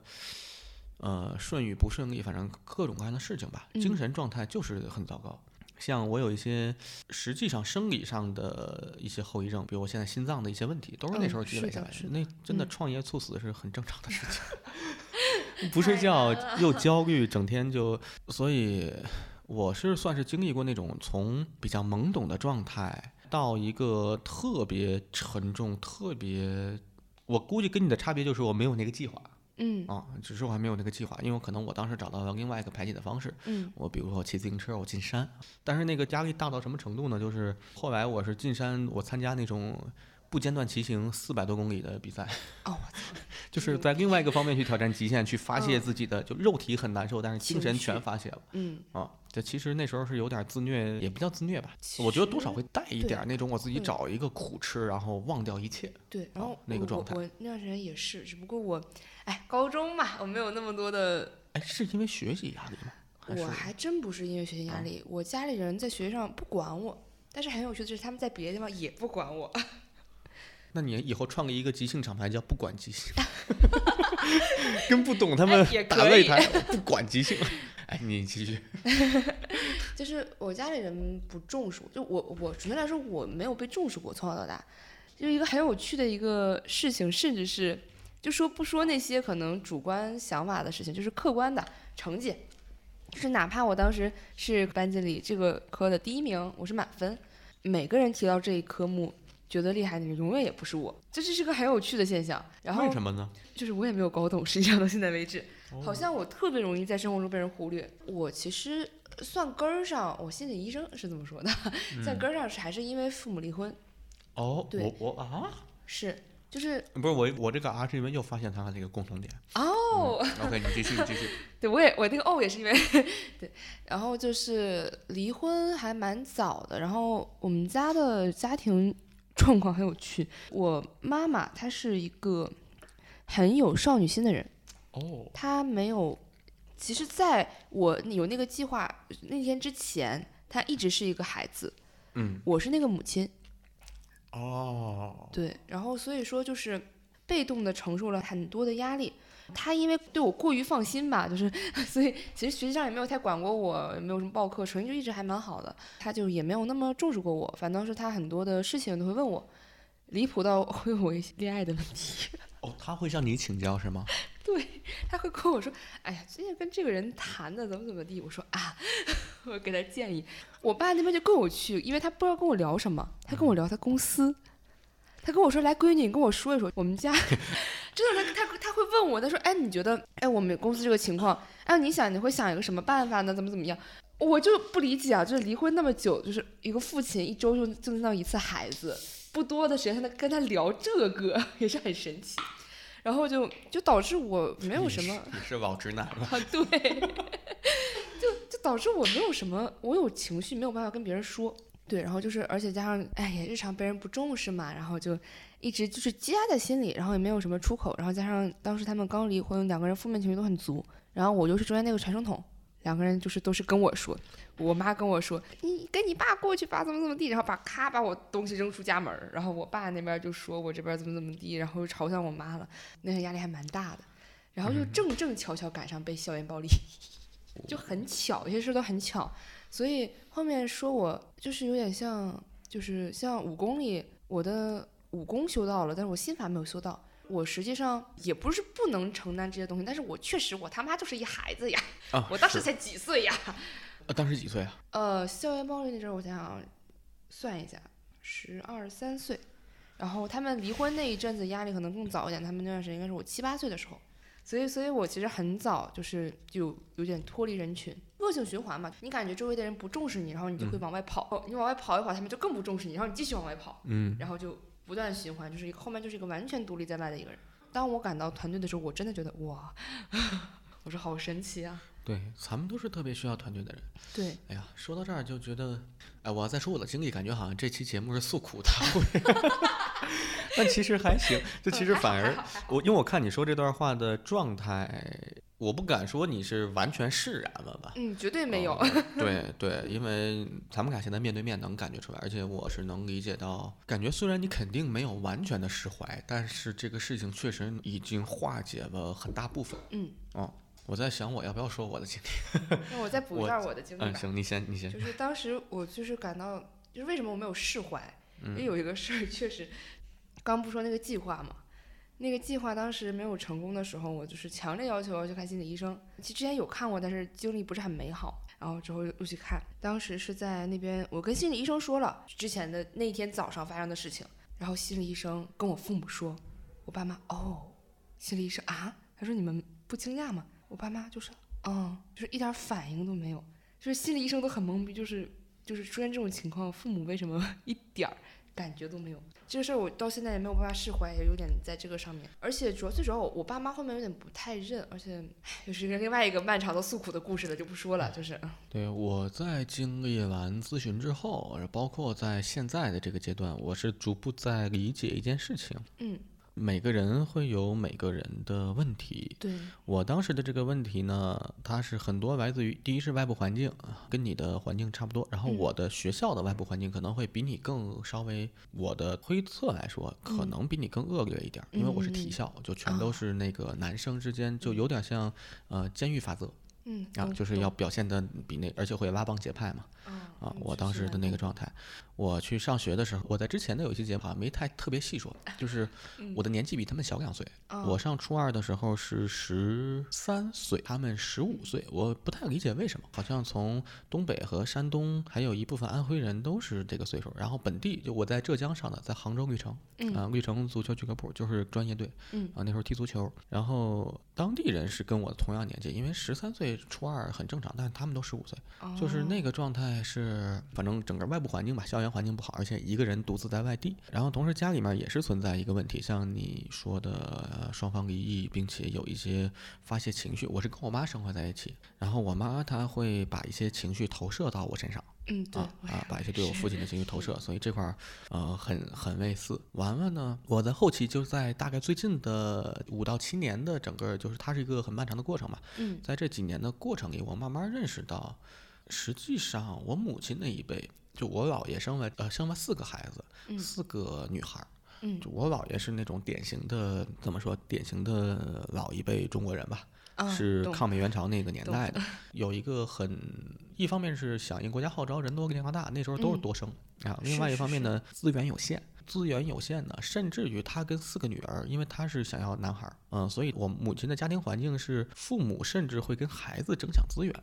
Speaker 1: 呃顺与不顺利，反正各种各样的事情吧，精
Speaker 2: 嗯
Speaker 1: 神状态就是很糟糕。像我有一些实际上生理上的一些后遗症，比如我现在心脏的一些问题，都是那
Speaker 2: 嗯
Speaker 1: 时候积
Speaker 2: 是
Speaker 1: 累
Speaker 2: 的
Speaker 1: 下来
Speaker 2: 是的
Speaker 1: 那真的
Speaker 2: 嗯
Speaker 1: 创业猝死是很正常的事情， 不睡
Speaker 2: 太
Speaker 1: 觉
Speaker 2: 难
Speaker 1: 又焦虑，整天就所以我是算是经历过那种从比较懵懂的状态到一个特别沉重、特别，我估计跟你的差别就是我没有那个计划
Speaker 2: 嗯
Speaker 1: 啊，只是我还没有那个计划，因为可能我当时找到了另外一个排解的方式。
Speaker 2: 嗯
Speaker 1: 我比如说我骑自行车，我进山，但是那个压力大到什么程度呢？就是后来我是进山，我参加那种不间断骑行四百多公里的比赛，
Speaker 2: 哦，我操，
Speaker 1: 就是在另外一个方面去挑战极限，去发泄
Speaker 2: 嗯
Speaker 1: 自己的，就肉体很难受，但是精
Speaker 2: 情
Speaker 1: 神
Speaker 2: 绪
Speaker 1: 全发泄了。
Speaker 2: 嗯，
Speaker 1: 啊，这其实那时候是有点自虐，也不叫自虐吧，
Speaker 2: 其
Speaker 1: 我觉得多
Speaker 2: 实
Speaker 1: 少会带一
Speaker 2: 对
Speaker 1: 点儿那种我自己
Speaker 2: 会
Speaker 1: 找一个苦吃，然后忘掉一切。
Speaker 2: 对，然
Speaker 1: 啊
Speaker 2: 后
Speaker 1: 那个
Speaker 2: 我
Speaker 1: 状
Speaker 2: 我
Speaker 1: 态
Speaker 2: 我那段时间也是，只不过我，哎，高中嘛，我没有那么多的
Speaker 1: 哎，是因为学习压力吗？还是
Speaker 2: 我还真不是因为学习
Speaker 1: 啊
Speaker 2: 压力，我家里人在学习上不管我，但是很有趣的是他们在别的地方也不管我，
Speaker 1: 那你以后创立一个即兴厂牌叫不管即兴， 跟不懂他
Speaker 2: 哎
Speaker 1: 们
Speaker 2: 也
Speaker 1: 打
Speaker 2: 可
Speaker 1: 擂
Speaker 2: 以
Speaker 1: 台，不管即兴。 哎，你继续。
Speaker 2: 就是我家里人不重视我，就我我准确来说我没有被重视过，从小到大，就是一个很有趣的一个事情，甚至是就说不说那些可能主观想法的事情，就是客观的成绩，就是哪怕我当时是班级里这个科的第一名，我是满分，每个人提到这一科目。觉得厉害的人永远也不是我，这这是个很有趣的现象。然后
Speaker 1: 为什么呢？
Speaker 2: 就是我也没有搞懂，实际上到现在为止，好像我特别容易在生活中被人忽略。我其实算根儿上，我心理医生是这么说的，算根儿上是还是因为父母离婚，
Speaker 1: 哦，
Speaker 2: 对
Speaker 1: 我我啊，
Speaker 2: 是就是
Speaker 1: 不是我我这个啊是因为又发现他的这个共同点。嗯
Speaker 2: 哦，
Speaker 1: OK，你继续你继续。
Speaker 2: 对我也我那个哦也是因为 对，然后就是离婚还蛮早的，然后我们家的家庭 状况很有趣，我妈妈她是一个很有少女心的人。
Speaker 1: 哦，
Speaker 2: 他没有，其实在我有那个计划那天之前，他一直是一个孩子，
Speaker 1: 嗯，
Speaker 2: 我是那个母亲，
Speaker 1: 哦，
Speaker 2: 对，然后所以说就是被动的承受了很多的压力。他因为对我过于放心吧，就是 所以其实学习上也没有太管过我，也没有什么报课，成绩就一直还蛮好的。他就也没有那么重视过我，反倒是他很多的事情都会问我，离谱到会有一些恋爱的问题。
Speaker 1: 哦，他会向你请教是吗？
Speaker 2: 对，他会跟我说：“哎呀，最近跟这个人谈的怎么怎么地。”我说：“啊， 我给他建议。”我爸那边就跟我去，因为他不知道跟我聊什么，他跟我聊他公司，他跟我说：“来，闺女，你跟我说一说我们家。”真的，他他他会问我，他说：“哎，你觉得，哎，我们公司这个情况，哎，你想你会想一个什么办法呢？怎么怎么样？”我就不理解啊，就是离婚那么久，就是一个父亲一周就就那一次孩子，不多的时间，他能跟他聊这个 也是很神奇。然后就就导致我没有什么
Speaker 1: 你是老直男了。
Speaker 2: 啊，对， 就就导致我没有什么，我有情绪没有办法跟别人说，对，然后就是而且加上哎呀，日常被人不重视嘛，然后就一直就是积压在心里，然后也没有什么出口，然后加上当时他们刚离婚，两个人负面情绪都很足，然后我就是中间那个传声筒。两个人就是都是跟我说，我妈跟我说，你跟你爸过去吧，怎么怎么地，然后把咔把我东西扔出家门儿，然后我爸那边就说我这边怎么怎么地，然后嘲笑我妈了，那压力还蛮大的，然后就
Speaker 1: 嗯
Speaker 2: 正正巧巧赶上被校园 暴力，就很巧，有些事都很巧，所以后面说我就是有点像，就是像武功里我的武功修到了，但是我心法没有修到。我实际上也不是不能承担这些东西，但是我确实我他妈就是一孩子呀，
Speaker 1: 啊，
Speaker 2: 我当时
Speaker 1: 是
Speaker 2: 才几岁呀？
Speaker 1: 呃当时几岁啊？
Speaker 2: 呃，校园暴力那阵儿，我想想，算一下，十二三岁。然后他们离婚那一阵子压力可能更早一点，他们那段时间应该是我七八岁的时候，所以，所以我其实很早就是就有点脱离人群，恶性循环嘛。你感觉周围的人不重视你，然后你就会往外跑，你往外跑一跑，他们就更不重视你，然后你继续往外跑，
Speaker 1: 嗯，
Speaker 2: 然后就不断循环，就是一个后面就是一个完全独立在外的一个人。当我赶到团队的时候，我真的觉得哇， 我说好神奇啊！
Speaker 1: 对，咱们都是特别需要团队的人。
Speaker 2: 对，
Speaker 1: 哎呀，说到这儿就觉得，哎，我要再说我的经历，感觉好像这期节目是诉苦大会。 但其实还行，就其实反而我，因为我看你说这段话的状态，我不敢说你是完全释然了吧？
Speaker 2: 嗯，绝对没有。
Speaker 1: 嗯对对，因为咱们俩现在面对面能感觉出来，而且我是能理解到，感觉虽然你肯定没有完全的释怀，但是这个事情确实已经化解了很大部分。
Speaker 2: 嗯，
Speaker 1: 哦，我在想我要不要说我的经历。
Speaker 2: 那我再补
Speaker 1: 我
Speaker 2: 一段我的经历
Speaker 1: 嗯，
Speaker 2: 吧，
Speaker 1: 行，你先，你先。
Speaker 2: 就是当时我就是感到，就是为什么我没有释怀，因为有一个事儿确实，刚不说那个计划嘛，那个计划当时没有成功的时候，我就是强烈要求要去看心理医生，其实之前有看过，但是经历不是很美好。然后之后又去看，当时是在那边，我跟心理医生说了之前的那天早上发生的事情，然后心理医生跟我父母说，我爸妈哦，心理医生啊，他说你们不惊讶吗？我爸妈就是嗯，就是一点反应都没有，就是心理医生都很懵逼，就是就是出现这种情况，父母为什么 一点儿感觉都没有？这个事儿我到现在也没有办法释怀，也有点在这个上面。而且主要最主要，我我爸妈后面有点不太认，而且唉又是一个另外一个漫长的诉苦的故事了，就不说了。就是嗯
Speaker 1: 对，我在经历完咨询之后，包括在现在的这个阶段，我是逐步在理解一件事情：
Speaker 2: 嗯，
Speaker 1: 每个人会有每个人的问题。
Speaker 2: 对，
Speaker 1: 我当时的这个问题呢，它是很多来自于第一是外部环境，跟你的环境差不多。然后
Speaker 2: 嗯
Speaker 1: 我的学校的外部环境可能会比你更稍微，我的推测来说，可
Speaker 2: 嗯
Speaker 1: 能比你更恶劣一点儿，因为我是
Speaker 2: 嗯嗯
Speaker 1: 体
Speaker 2: 嗯
Speaker 1: 校，就全都
Speaker 2: 哦
Speaker 1: 是那个男生之间，就有点像呃监狱法则。
Speaker 2: 嗯
Speaker 1: 啊，
Speaker 2: 懂
Speaker 1: 就是
Speaker 2: 懂
Speaker 1: 要表现的比那，而且会拉帮结派嘛。
Speaker 2: 啊
Speaker 1: 啊，我当时的那个状态，我去上学的时候，我在之前的有一期节目好像没太特别细 说，就是
Speaker 2: 嗯
Speaker 1: 我的年纪比他们小两岁。
Speaker 2: 啊，
Speaker 1: 我上初二的时候是十三岁，他们十五
Speaker 2: 嗯
Speaker 1: 岁，我不太理解为什么，好像从东北和山东，还有一部分安徽人都是这个岁数。然后本地就我在浙江上的，在杭州绿城，
Speaker 2: 嗯
Speaker 1: 啊，绿城足球俱乐部就是专业队，
Speaker 2: 嗯
Speaker 1: 啊，那时候踢足球。然后当地人是跟我同样年纪，因为十三岁初二很正常，但是他们都十五岁，
Speaker 2: 哦
Speaker 1: 就是那个状态是，反正整个外部环境吧，校园环境不好，而且一个人独自在外地，然后同时家里面也是存在一个问题，像你说的、呃双方离异，并且有一些发泄情绪。我是跟我妈生活在一起，然后我妈她会把一些情绪投射到我身上。
Speaker 2: 嗯对
Speaker 1: 啊啊，把一些对我父亲的情绪投射，所以这块儿呃很很类似。完了呢，我在后期就在大概最近的五到七年的整个，就是它是一个很漫长的过程嘛。
Speaker 2: 嗯
Speaker 1: 在这几年的过程里，我慢慢认识到，实际上我母亲那一辈，就我姥爷生了呃生了四个孩子，
Speaker 2: 嗯
Speaker 1: 四个女孩儿。
Speaker 2: 嗯
Speaker 1: 就我姥爷是那种典型的怎么说，典型的老一辈中国人吧。
Speaker 2: 啊
Speaker 1: 是
Speaker 2: 懂
Speaker 1: 抗美援朝那个年
Speaker 2: 懂
Speaker 1: 代的，有一个很，一方面是响应国家号召，人多更强大，那时候都是
Speaker 2: 嗯
Speaker 1: 多生、啊，
Speaker 2: 是
Speaker 1: 另外一
Speaker 2: 是
Speaker 1: 方面
Speaker 2: 是
Speaker 1: 呢，资源有限。资源有限呢，甚至于他跟四个女儿，因为他是想要男孩儿，嗯，所以我母亲的家庭环境是父母甚至会跟孩子争抢资源，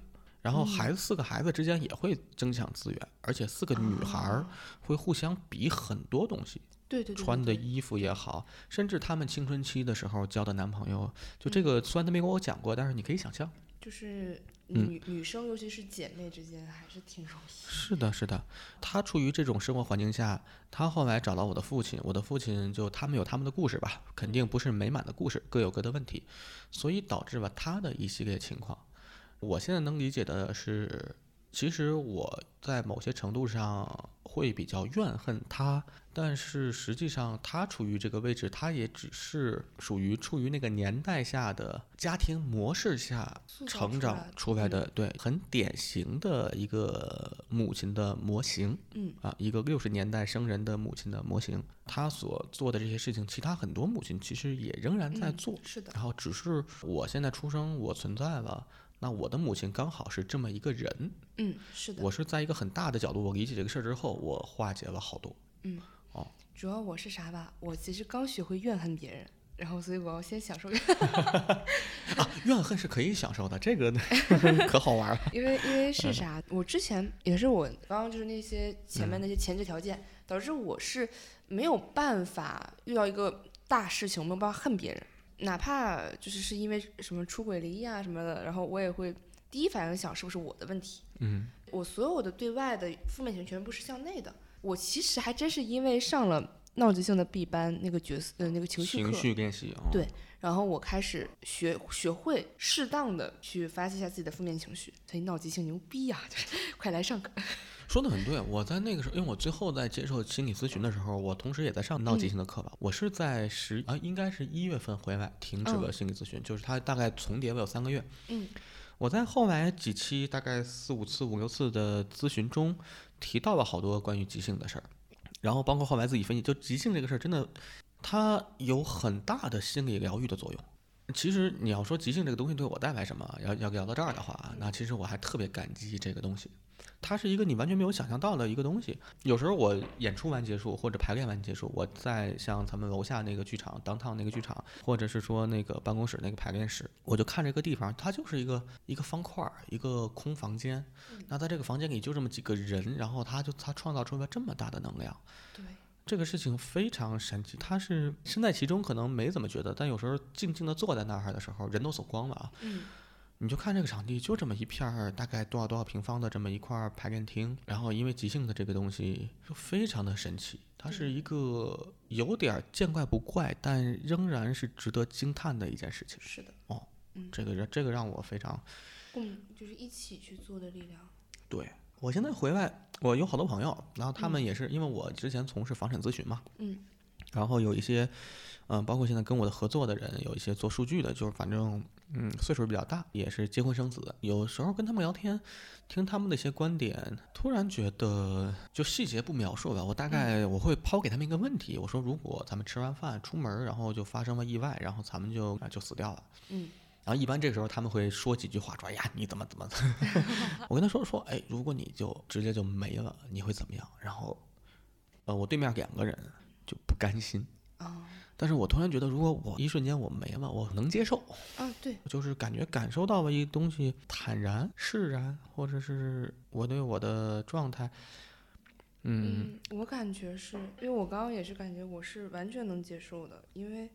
Speaker 1: 然
Speaker 2: 嗯
Speaker 1: 后孩子、四个孩子之间也会争抢资源，而且四个女孩
Speaker 2: 哦
Speaker 1: 儿会互相比很多东西，
Speaker 2: 嗯对对对，
Speaker 1: 穿的
Speaker 2: 对
Speaker 1: 衣服也好，甚至她们青春期的时候交的男朋友，就这
Speaker 2: 嗯
Speaker 1: 个虽然她没跟我讲过，但是你可以想象。
Speaker 2: 就是
Speaker 1: 嗯
Speaker 2: 女、女生，尤其是姐妹之间，还是挺容易。
Speaker 1: 是的，是的，她处于这种生活环境下，她后来找到我的父亲，我的父亲就他们有他们的故事吧，肯定不是美满的故事，各有各的问题，所以导致吧她的一系列情况。我现在能理解的是，其实我在某些程度上会比较怨恨她，但是实际上她处于这个位置，她也只是属于处于那个年代下的家庭模式下
Speaker 2: 塑造
Speaker 1: 成
Speaker 2: 出
Speaker 1: 长
Speaker 2: 来
Speaker 1: 出来
Speaker 2: 嗯
Speaker 1: 的，对，很典型的一个母亲的模型，
Speaker 2: 嗯
Speaker 1: 啊，一个六十年代生人的母亲的模型，她所做的这些事情，其他很多母亲其实也仍然在
Speaker 2: 嗯
Speaker 1: 做，
Speaker 2: 是的，
Speaker 1: 然后只是我现在出生，我存在了。那我的母亲刚好是这么一个人，
Speaker 2: 嗯，是的。
Speaker 1: 我是在一个很大的角度，我理解这个事儿之后，我化解了好多。
Speaker 2: 主要我是啥吧？我其实刚学会怨恨别人，然后所以我要先享受怨
Speaker 1: 啊，怨恨是可以享受的，这个 可好玩了。
Speaker 2: 因为因为是啥？
Speaker 1: 嗯
Speaker 2: 我之前也是我刚刚就是那些前面那些前置条件，导致我是没有办法遇到一个大事情，我没有办法恨别人，哪怕就是是因为什么出轨离异啊什么的，然后我也会第一反应想是不是我的问题。
Speaker 1: 嗯，
Speaker 2: 我所有的对外的负面情绪全部是向内的。我其实还真是因为上了闹急性的 B 班那个角色，呃，那个情绪课，
Speaker 1: 情绪练习啊，
Speaker 2: 对然后我开始学学会适当的去发泄一下自己的负面情绪，所以闹急性牛逼呀、就是 快来上课。
Speaker 1: 说的很对，我在那个时候，因为我最后在接受心理咨询的时候，我同时也在上闹急性的课吧。我是在十啊，应该是一月份回来停止了
Speaker 2: 嗯
Speaker 1: 心理咨询，就是它大概重叠了有三个月。
Speaker 2: 嗯，
Speaker 1: 我在后来几期大概四五次、五六次的咨询中，提到了好多关于急性的事儿，然后包括后来自己分析，就急性这个事儿真的，它有很大的心理疗愈的作用。其实你要说急性这个东西对我带来什么，要要聊到这儿的话，那其实我还特别感激这个东西。它是一个你完全没有想象到的一个东西。有时候我演出完结束，或者排练完结束，我在像咱们楼下那个剧场、当趟那个剧场，或者是说那个办公室那个排练室，我就看这个地方，它就是一个一个方块儿，一个空房间。那在这个房间里就这么几个人，然后他就他创造出了这么大的能量。
Speaker 2: 对，
Speaker 1: 这个事情非常神奇，他是身在其中，可能没怎么觉得，但有时候静静的坐在那儿的时候，人都走光了啊，
Speaker 2: 嗯，
Speaker 1: 你就看这个场地，就这么一片儿，大概多少多少平方的这么一块儿排练厅，然后因为即兴的这个东西就非常的神奇，它是一个有点儿见怪不怪，但仍然是值得惊叹的一件事情。
Speaker 2: 是的，
Speaker 1: 这个人，这个让我非常
Speaker 2: 共就是一起去做的力量。
Speaker 1: 对我现在回来，我有好多朋友，然后他们也是、因为我之前从事房产咨询嘛，
Speaker 2: 嗯，
Speaker 1: 然后有一些，嗯、包括现在跟我的合作的人，有一些做数据的，就是反正嗯岁数比较大，也是结婚生子，有时候跟他们聊天，听他们的一些观点，突然觉得就细节不描述了，我大概
Speaker 2: 嗯
Speaker 1: 我会抛给他们一个问题，我说如果咱们吃完饭出门儿，然后就发生了意外，然后咱们就啊就死掉了，
Speaker 2: 嗯。
Speaker 1: 然后一般这个时候他们会说几句话，说哎呀你怎么怎么，我跟他说说哎如果你就直接就没了，你会怎么样？然后，呃我对面两个人就不甘心，
Speaker 2: 啊
Speaker 1: 但是我突然觉得如果我一瞬间我没了，我能接受，
Speaker 2: 啊，对，
Speaker 1: 就是感觉感受到了一东西坦然释然，或者是我对我的状态，嗯
Speaker 2: 嗯，我感觉是因为我刚刚也是感觉我是完全能接受的，因为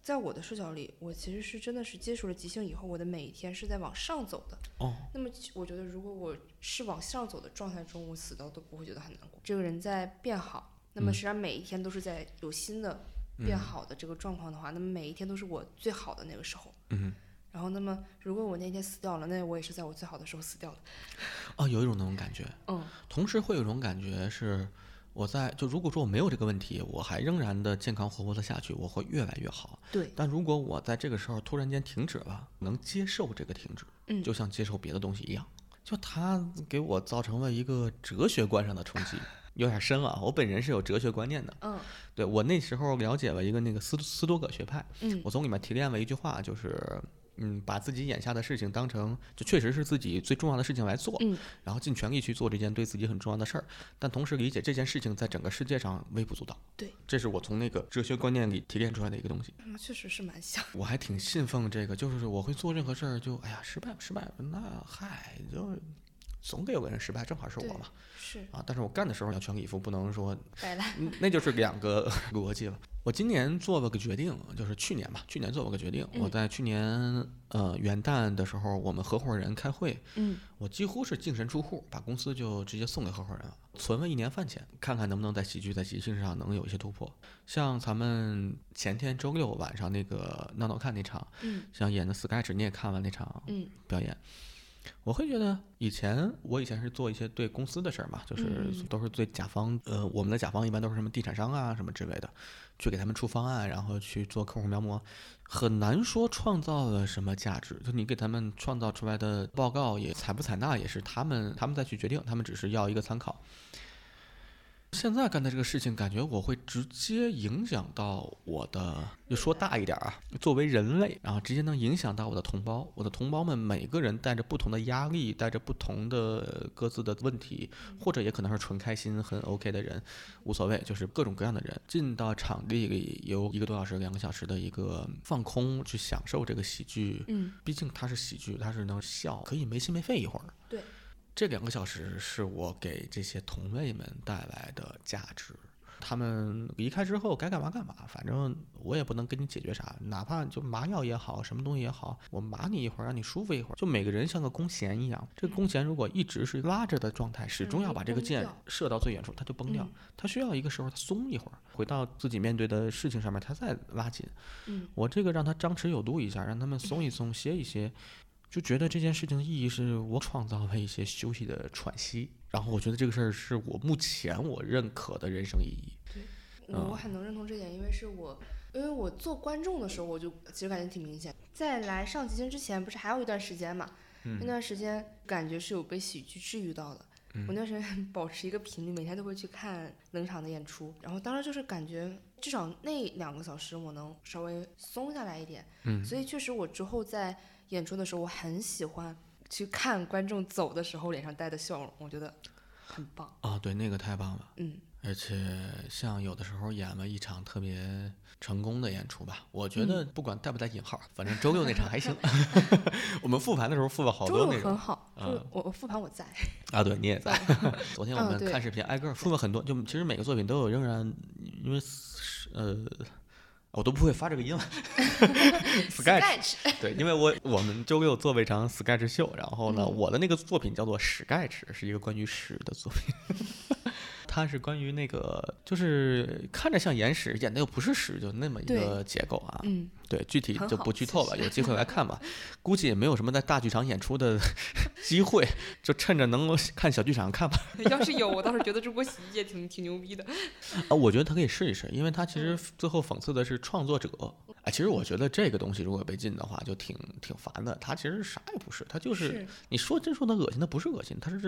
Speaker 2: 在我的视角里，我其实是真的是接触了即兴以后，我的每一天是在往上走的。
Speaker 1: 哦
Speaker 2: 那么其我觉得，如果我是往上走的状态中，我死掉都不会觉得很难过。这个人在变好，那么
Speaker 1: 嗯
Speaker 2: 实际上每一天都是在有新的变好的这个状况的话，那么每一天都是我最好的那个时候。
Speaker 1: 嗯
Speaker 2: 然后，那么如果我那天死掉了，那我也是在我最好的时候死掉的。
Speaker 1: 哦有一种那种感觉，
Speaker 2: 嗯，
Speaker 1: 同时会有一种感觉是，我在就如果说我没有这个问题，我还仍然的健康活泼的下去，我会越来越好。
Speaker 2: 对，
Speaker 1: 但如果我在这个时候突然间停止了，能接受这个停止，
Speaker 2: 嗯
Speaker 1: 就像接受别的东西一样，就它给我造成了一个哲学观上的冲 击，有点深了啊。我本人是有哲学观念的，
Speaker 2: 嗯
Speaker 1: 对我那时候了解了一个那个斯斯多葛学派，
Speaker 2: 嗯
Speaker 1: 我从里面提炼了一句话，就是嗯，把自己眼下的事情当成就确实是自己最重要的事情来做，
Speaker 2: 嗯
Speaker 1: 然后尽全力去做这件对自己很重要的事儿，但同时理解这件事情在整个世界上微不足道。
Speaker 2: 对，
Speaker 1: 这是我从那个哲学观念里提炼出来的一个东西。
Speaker 2: 嗯，确实是蛮像。
Speaker 1: 我还挺信奉这个，就是我会做任何事儿就哎呀失败吧失败吧，那嗨就总得有个人失败，正好是我
Speaker 2: 对
Speaker 1: 嘛
Speaker 2: 是
Speaker 1: 啊！但是我干的时候要全力以赴，不能说
Speaker 2: 摆烂，
Speaker 1: 嗯那就是两个 逻辑了。我今年做了个决定，就是去年吧，去年做了个决定。我
Speaker 2: 嗯
Speaker 1: 在去年呃元旦的时候，我们合伙人开会，
Speaker 2: 嗯，
Speaker 1: 我几乎是净身出户，把公司就直接送给合伙人了，存了一年饭钱，看看能不能在喜剧在即兴上能有一些突破。像咱们前天周六晚上那个闹闹看那场，
Speaker 2: 嗯，
Speaker 1: 像演的 sketch 你也看完那场，
Speaker 2: 嗯，
Speaker 1: 表演。我会觉得，以前我以前是做一些对公司的事儿嘛，就是
Speaker 2: 嗯
Speaker 1: 都是对甲方，呃，我们的甲方一般都是什么地产商啊什么之类的，去给他们出方案，然后去做客户描摹，很难说创造了什么价值。就你给他们创造出来的报告也采不采纳，也是他们他们再去决定，他们只是要一个参考。现在干的这个事情，感觉我会直接影响到我的，就说大一点啊，作为人类，然后直接能影响到我的同胞。我的同胞们每个人带着不同的压力，带着不同的各自的问题，或者也可能是纯开心、很 OK 的人，无所谓，就是各种各样的人进到场地里，有一个多小时、两个小时的一个放空，去享受这个喜剧。
Speaker 2: 嗯，
Speaker 1: 毕竟它是喜剧，它是能笑，可以没心没肺一会儿。
Speaker 2: 对，
Speaker 1: 这两个小时是我给这些同类们带来的价值。他们离开之后该干嘛干嘛，反正我也不能给你解决啥，哪怕就麻药也好，什么东西也好，我麻你一会儿，让你舒服一会儿，就每个人像个弓弦一样。这个弓弦如果一直是拉着的状态，始终
Speaker 2: 嗯
Speaker 1: 要
Speaker 2: 会
Speaker 1: 把这个
Speaker 2: 崩
Speaker 1: 箭
Speaker 2: 掉
Speaker 1: 射到最远处，它就崩掉
Speaker 2: 嗯。
Speaker 1: 它需要一个时候它松一会儿，回到自己面对的事情上面，它再拉紧。
Speaker 2: 嗯，
Speaker 1: 我这个让他张弛有度一下，让他们松一松，歇一歇，就觉得这件事情的意义是我创造了一些休息的喘息。然后我觉得这个事儿是我目前我认可的人生意义。
Speaker 2: 嗯
Speaker 1: 嗯
Speaker 2: 我很能认同这点，因为是我，因为我做观众的时候，我就其实感觉挺明显。在来上集星之前，不是还有一段时间嘛？
Speaker 1: 嗯
Speaker 2: 那段时间感觉是有被喜剧治愈到的。
Speaker 1: 嗯
Speaker 2: 我那段时间 保持一个频率，每天都会去看冷场的演出，然后当时就是感觉至少那两个小时我能稍微松下来一点。
Speaker 1: 嗯
Speaker 2: 所以确实我之后在演出的时候，我很喜欢去看观众走的时候脸上带的笑容，我觉得很棒。
Speaker 1: 啊、对，那个太棒了。
Speaker 2: 嗯
Speaker 1: 而且像有的时候演了一场特别成功的演出吧，我觉得不管带不带引号，反正周六那场还行。 我们复盘的时候复了好
Speaker 2: 周
Speaker 1: 多
Speaker 2: 六
Speaker 1: 那种
Speaker 2: 很好，周六我我复盘我在。
Speaker 1: 啊，对，你也在。 昨天我
Speaker 2: 嗯
Speaker 1: 们
Speaker 2: 对
Speaker 1: 看视频，挨个儿复了很多，就其实每个作品都有，仍然因为呃，我都不会发这个音了。Sketch
Speaker 2: Sketch
Speaker 1: 对，因为我我们周六做了一场 Sketch 秀，然后呢，
Speaker 2: 嗯
Speaker 1: 我的那个作品叫做《史盖尺》，是一个关于屎的作品。 它是关于那个，就是看着像眼屎，演的又不是屎，就那么一
Speaker 2: 对
Speaker 1: 个结构啊。
Speaker 2: 嗯，
Speaker 1: 对，具体
Speaker 2: 很
Speaker 1: 就
Speaker 2: 好
Speaker 1: 不剧
Speaker 2: 其
Speaker 1: 透了，有机会来看吧。 估计也没有什么在大剧场演出的 机会，就趁着能够看小剧场看吧。
Speaker 2: 要是有，我倒是觉得中国喜剧界挺挺牛逼的。
Speaker 1: 啊，我觉得他可以试一试，因为他其实最后讽刺的是创作者。哎，其实我觉得这个东西如果被禁的话，就挺挺烦的。他其实啥也不是，他就是
Speaker 2: 是
Speaker 1: 你说真说他恶心，他不是恶心，他是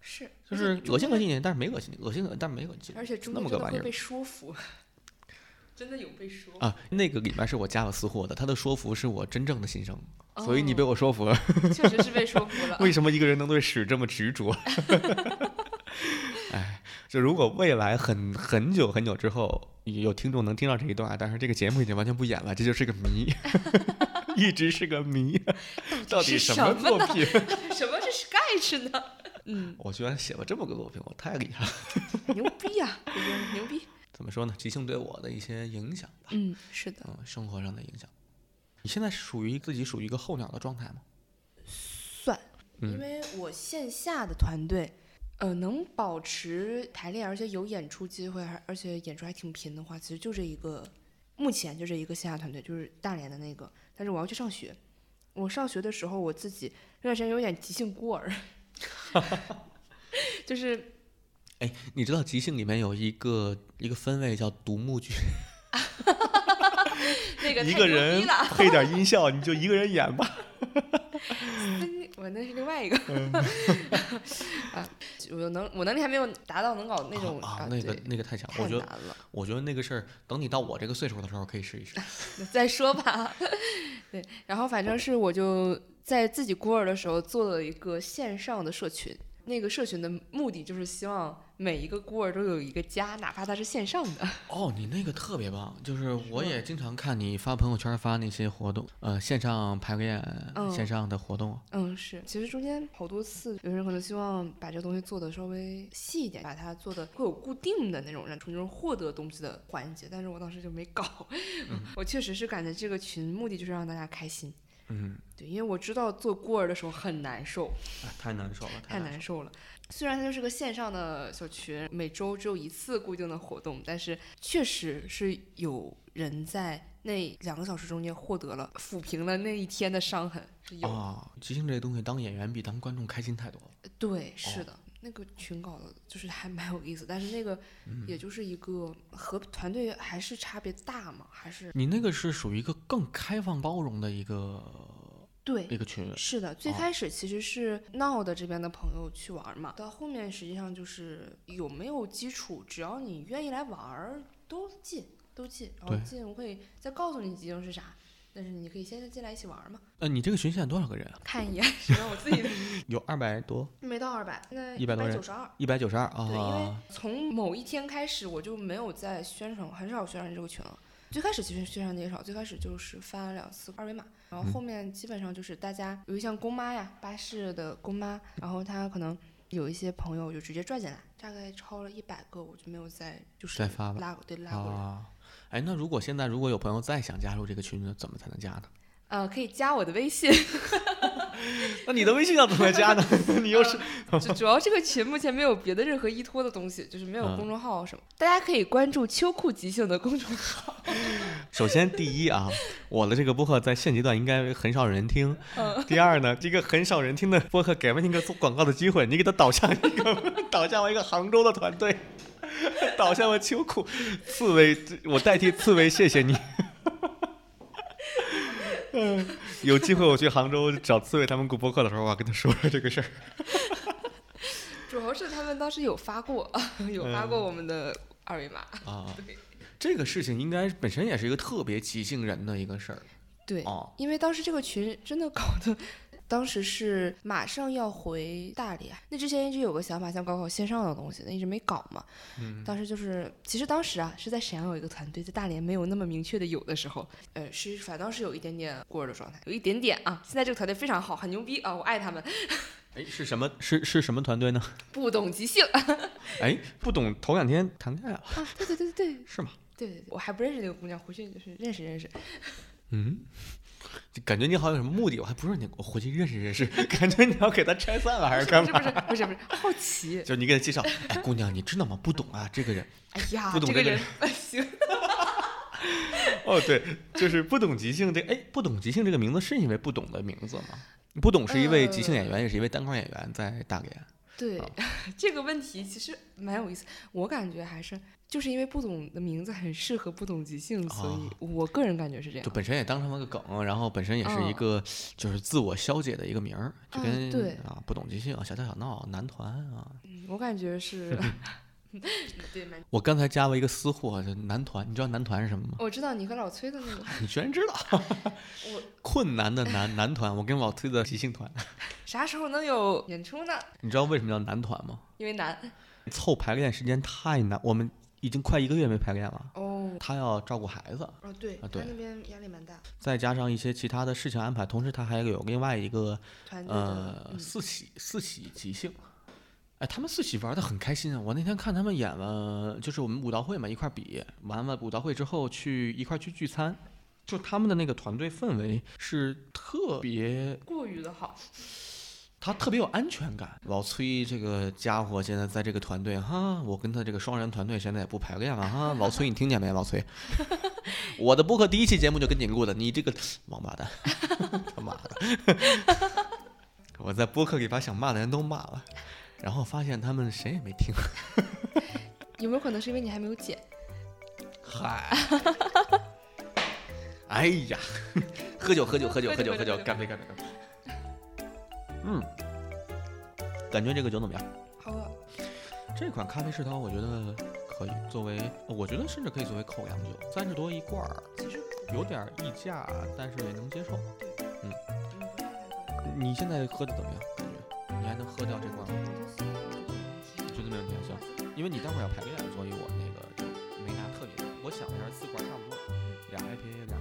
Speaker 2: 是，
Speaker 1: 就
Speaker 2: 而且
Speaker 1: 是
Speaker 2: 中
Speaker 1: 恶心
Speaker 2: 国
Speaker 1: 恶心你，但是没恶心你，恶心恶心但是没恶心
Speaker 2: 而且中
Speaker 1: 那
Speaker 2: 国
Speaker 1: 么
Speaker 2: 真
Speaker 1: 个
Speaker 2: 的
Speaker 1: 玩意
Speaker 2: 会
Speaker 1: 儿
Speaker 2: 被说服，真的有被说。
Speaker 1: 啊。那个里面是我加了私货的，他的说服是我真正的心声，
Speaker 2: 哦
Speaker 1: 所以你被我说服了。
Speaker 2: 确实是被说服 了。
Speaker 1: 为什么一个人能对屎这么执着？ 哎，就如果未来很很久很久之后有听众能听到这一段，但是这个节目已经完全不演了，这就是个谜， 一直是个谜，到底
Speaker 2: 是
Speaker 1: 什
Speaker 2: 什
Speaker 1: 么
Speaker 2: 么
Speaker 1: 作品？
Speaker 2: 什么是 sketch 呢？嗯，
Speaker 1: 我居然写了这么个作品，我太厉害了。
Speaker 2: 牛逼啊呀、这个牛逼。
Speaker 1: 怎么说呢？即兴对我的一些影响吧，
Speaker 2: 嗯，是的，
Speaker 1: 嗯，生活上的影响。你现在属于自己属于一个候鸟的状态吗？
Speaker 2: 算，
Speaker 1: 嗯
Speaker 2: 因为我线下的团队。呃，能保持排练，而且有演出机会，还而且演出还挺频的话，其实就这一个，目前就这一个线下团队，就是大连的那个。但是我要去上学，我上学的时候，我自己那段时间有点急性孤 儿，就是
Speaker 1: 哎，你知道即兴里面有一个一个分位叫独幕剧，
Speaker 2: 那个
Speaker 1: 一
Speaker 2: 太
Speaker 1: 个
Speaker 2: 牛逼
Speaker 1: 人
Speaker 2: 了，
Speaker 1: 配点音效，你就一个人演吧。
Speaker 2: 嗯我那是另外一个
Speaker 1: 嗯
Speaker 2: 啊，我能我能力还没有达到能搞那种
Speaker 1: 啊，那个
Speaker 2: 对
Speaker 1: 那个太强，
Speaker 2: 太
Speaker 1: 我觉
Speaker 2: 难
Speaker 1: 得
Speaker 2: 了，
Speaker 1: 我觉得那个事儿，等你到我这个岁数的时候可以试一 试。
Speaker 2: 再说吧。 对，然后反正是我就在自己孤儿的时候做了一个线上的社群，那个社群的目的就是希望每一个孤儿都有一个家，哪怕他是线上的。
Speaker 1: 哦，你那个特别棒，就是我也经常看你发朋友圈发那些活动，呃，线上排个演，
Speaker 2: 嗯
Speaker 1: 线上的活动，
Speaker 2: 嗯，是，其实中间好多次，有人可能希望把这个东西做的稍微细一点，把它做的会有固定的那种让从中获得东西的环节，但是我当时就没搞。 我确实是感觉这个群目的就是让大家开心，
Speaker 1: 嗯，
Speaker 2: 对，因为我知道做孤儿的时候很难受，
Speaker 1: 哎太难受了，
Speaker 2: 太难受了。虽然它就是个线上的小群，每周只有一次固定的活动，但是确实是有人在那两个小时中间获得了抚平了那一天的伤痕，是有的
Speaker 1: 啊！即兴这东西，当演员比当观众开心太多了。
Speaker 2: 对，是的，那个群搞的就是还蛮有意思，但是那个也就是一个和团队还是差别大嘛，还是
Speaker 1: 你那个是属于一个更开放包容的一个
Speaker 2: 对。
Speaker 1: 一个群，
Speaker 2: 是的，最
Speaker 1: 哦
Speaker 2: 开始其实是闹的这边的朋友去玩儿嘛，到后面实际上就是有没有基础，只要你愿意来玩儿，都进都进，然后
Speaker 1: 对
Speaker 2: 进我会再告诉你即兴是啥，但是你可以先进来一起玩儿嘛，
Speaker 1: 呃，你这个群现在多少个人啊？
Speaker 2: 看一眼，只 要我自己
Speaker 1: 有二百多，
Speaker 2: 没到二百，那
Speaker 1: 100多人
Speaker 2: 九十二，
Speaker 1: 一百九十二
Speaker 2: 对，因为
Speaker 1: 啊。
Speaker 2: 从某一天开始，我就没有再宣传，很少宣传这个群了。最开始其实宣传的也少，最开始就是发了两次二维码，然
Speaker 1: 嗯
Speaker 2: 后后面基本上就是大家，有一像公妈呀，巴士的公妈，然后她可能有一些朋友就直接拽进来，大概超了一百个，我就没有再就是
Speaker 1: 再发吧
Speaker 2: 拉过对拉过人，
Speaker 1: 啊，哎，那如果现在如果有朋友再想加入这个群呢，怎么才能加呢？
Speaker 2: 呃，可以加我的微信，
Speaker 1: 那你的微信要怎么加呢？ 你又是
Speaker 2: 嗯主主要这个群目前没有别的任何依托的东西，就是没有
Speaker 1: 嗯
Speaker 2: 公众号啊什么，大家可以关注秋裤即兴的公众号，
Speaker 1: 首先，第一啊，我的这个播客在现阶段应该很少有人听。
Speaker 2: 嗯
Speaker 1: 第二呢，这个很少人听的播客给了你一个做广告的机会，你给它导向一个 导向我一个杭州的团队，导向我秋裤刺猬，我代替刺猬，谢谢你。 嗯，有机会我去杭州找刺猬他们录播客的时候，我要跟他说说这个事儿。
Speaker 2: 主要是他们当时有发过，有发过我们的二维码。
Speaker 1: 啊
Speaker 2: 对，
Speaker 1: 这个事情应该本身也是一个特别即兴人的一个事儿
Speaker 2: 对，
Speaker 1: 哦
Speaker 2: 因为当时这个群真的搞得，当时是马上要回大理，那之前一直有个想法，想搞搞线上的东西，但一直没搞嘛。
Speaker 1: 嗯
Speaker 2: 当时就是，其实当时啊是在沈阳有一个团队，在大连没有那么明确的有的时候，呃，是反倒是有一点点孤儿的状态，有一点点啊。现在这个团队非常好，很牛逼啊，我爱他们，
Speaker 1: 哎，是什么？是是什么团队呢？
Speaker 2: 不懂即兴啊，
Speaker 1: 哎，不懂，头两天谈恋爱了
Speaker 2: 对对对对对
Speaker 1: 是吗？
Speaker 2: 对对，我还不认识那个姑娘，回去就是认识认识。
Speaker 1: 嗯，就感觉你好像有什么目的，我还不是你，我回去认识认识， 感觉你要给他拆散了还是干
Speaker 2: 不是
Speaker 1: 嘛？
Speaker 2: 不是不是不是，好奇。
Speaker 1: 就你给他介绍，哎，姑娘，你知道吗？不懂啊，这个人，
Speaker 2: 哎呀，
Speaker 1: 不懂
Speaker 2: 这个
Speaker 1: 这个
Speaker 2: 人 行，
Speaker 1: 哦，对，就是不懂即兴这，哎，不懂即兴这个名字是因为不懂的名字吗？不懂是一
Speaker 2: 呃
Speaker 1: 位即兴演员，也是一位单口演员，在大连。
Speaker 2: 对、
Speaker 1: 啊
Speaker 2: 这个问题其实蛮有意思，我感觉还是就是因为不懂的名字很适合不懂即兴，所以
Speaker 1: 啊
Speaker 2: 我个人感觉是这
Speaker 1: 就
Speaker 2: 样。
Speaker 1: 本身也当成了个梗，然后本身也是一
Speaker 2: 嗯
Speaker 1: 个就是自我消解的一个名儿，就
Speaker 2: 嗯
Speaker 1: 跟、
Speaker 2: 对
Speaker 1: 啊不懂即兴、小打小闹、男团啊。
Speaker 2: 嗯我感 觉是，对，蛮
Speaker 1: 我刚才加了一个私货，就男团，你知道男团是什么吗？
Speaker 2: 我知道你和老崔的那个
Speaker 1: 你居然知道？
Speaker 2: 我
Speaker 1: 困难的男男团，我跟老崔的即兴团，
Speaker 2: 啥时候能有演出呢？
Speaker 1: 你知道为什么叫男团吗？
Speaker 2: 因为难
Speaker 1: 凑排练时间太难，我们已经快一个月没排练了。
Speaker 2: 哦
Speaker 1: 他要照顾孩子，
Speaker 2: 哦，对，
Speaker 1: 啊对
Speaker 2: 他那边压力蛮大，
Speaker 1: 再加上一些其他的事情安排，同时他还有另外一个
Speaker 2: 团队的、
Speaker 1: 呃
Speaker 2: 嗯
Speaker 1: 四喜四喜即兴。哎，他们四喜玩的很开心啊！我那天看他们演了，就是我们舞蹈会嘛，一块儿比完了舞蹈会之后去一块儿去聚餐，就他们的那个团队氛围是特别
Speaker 2: 过于的好，
Speaker 1: 他特别有安全感。老崔这个家伙现在在这个团队哈，我跟他这个双人团队现在也不排练了 哈。老崔，你听见没？老崔，我的播客第一期节目就跟你录的，你这个王八蛋， 他妈的！我在播客里把想骂的人都骂了，然后发现他们谁也没听。
Speaker 2: 有没有可能是因为你还没有剪？
Speaker 1: 嗨，哎呀，喝酒喝酒喝酒喝酒喝酒，干杯干杯干杯！嗯，感觉这个酒怎么样？
Speaker 2: 好啊喝。
Speaker 1: 这款咖啡世涛，我觉得可以作为，呃我觉得甚至可以作为口粮酒，三十多一罐儿，
Speaker 2: 其实
Speaker 1: 有点儿溢价，但是也能接受。嗯
Speaker 2: 嗯，不太太贵。
Speaker 1: 你现在喝的怎么样？感觉你还能喝掉这罐儿吗？
Speaker 2: 我
Speaker 1: 觉得没问题啊，行。因为你啊待会儿要排练，所以我那个就没拿特别多。我想了一下，四罐差不多，俩 IPA，俩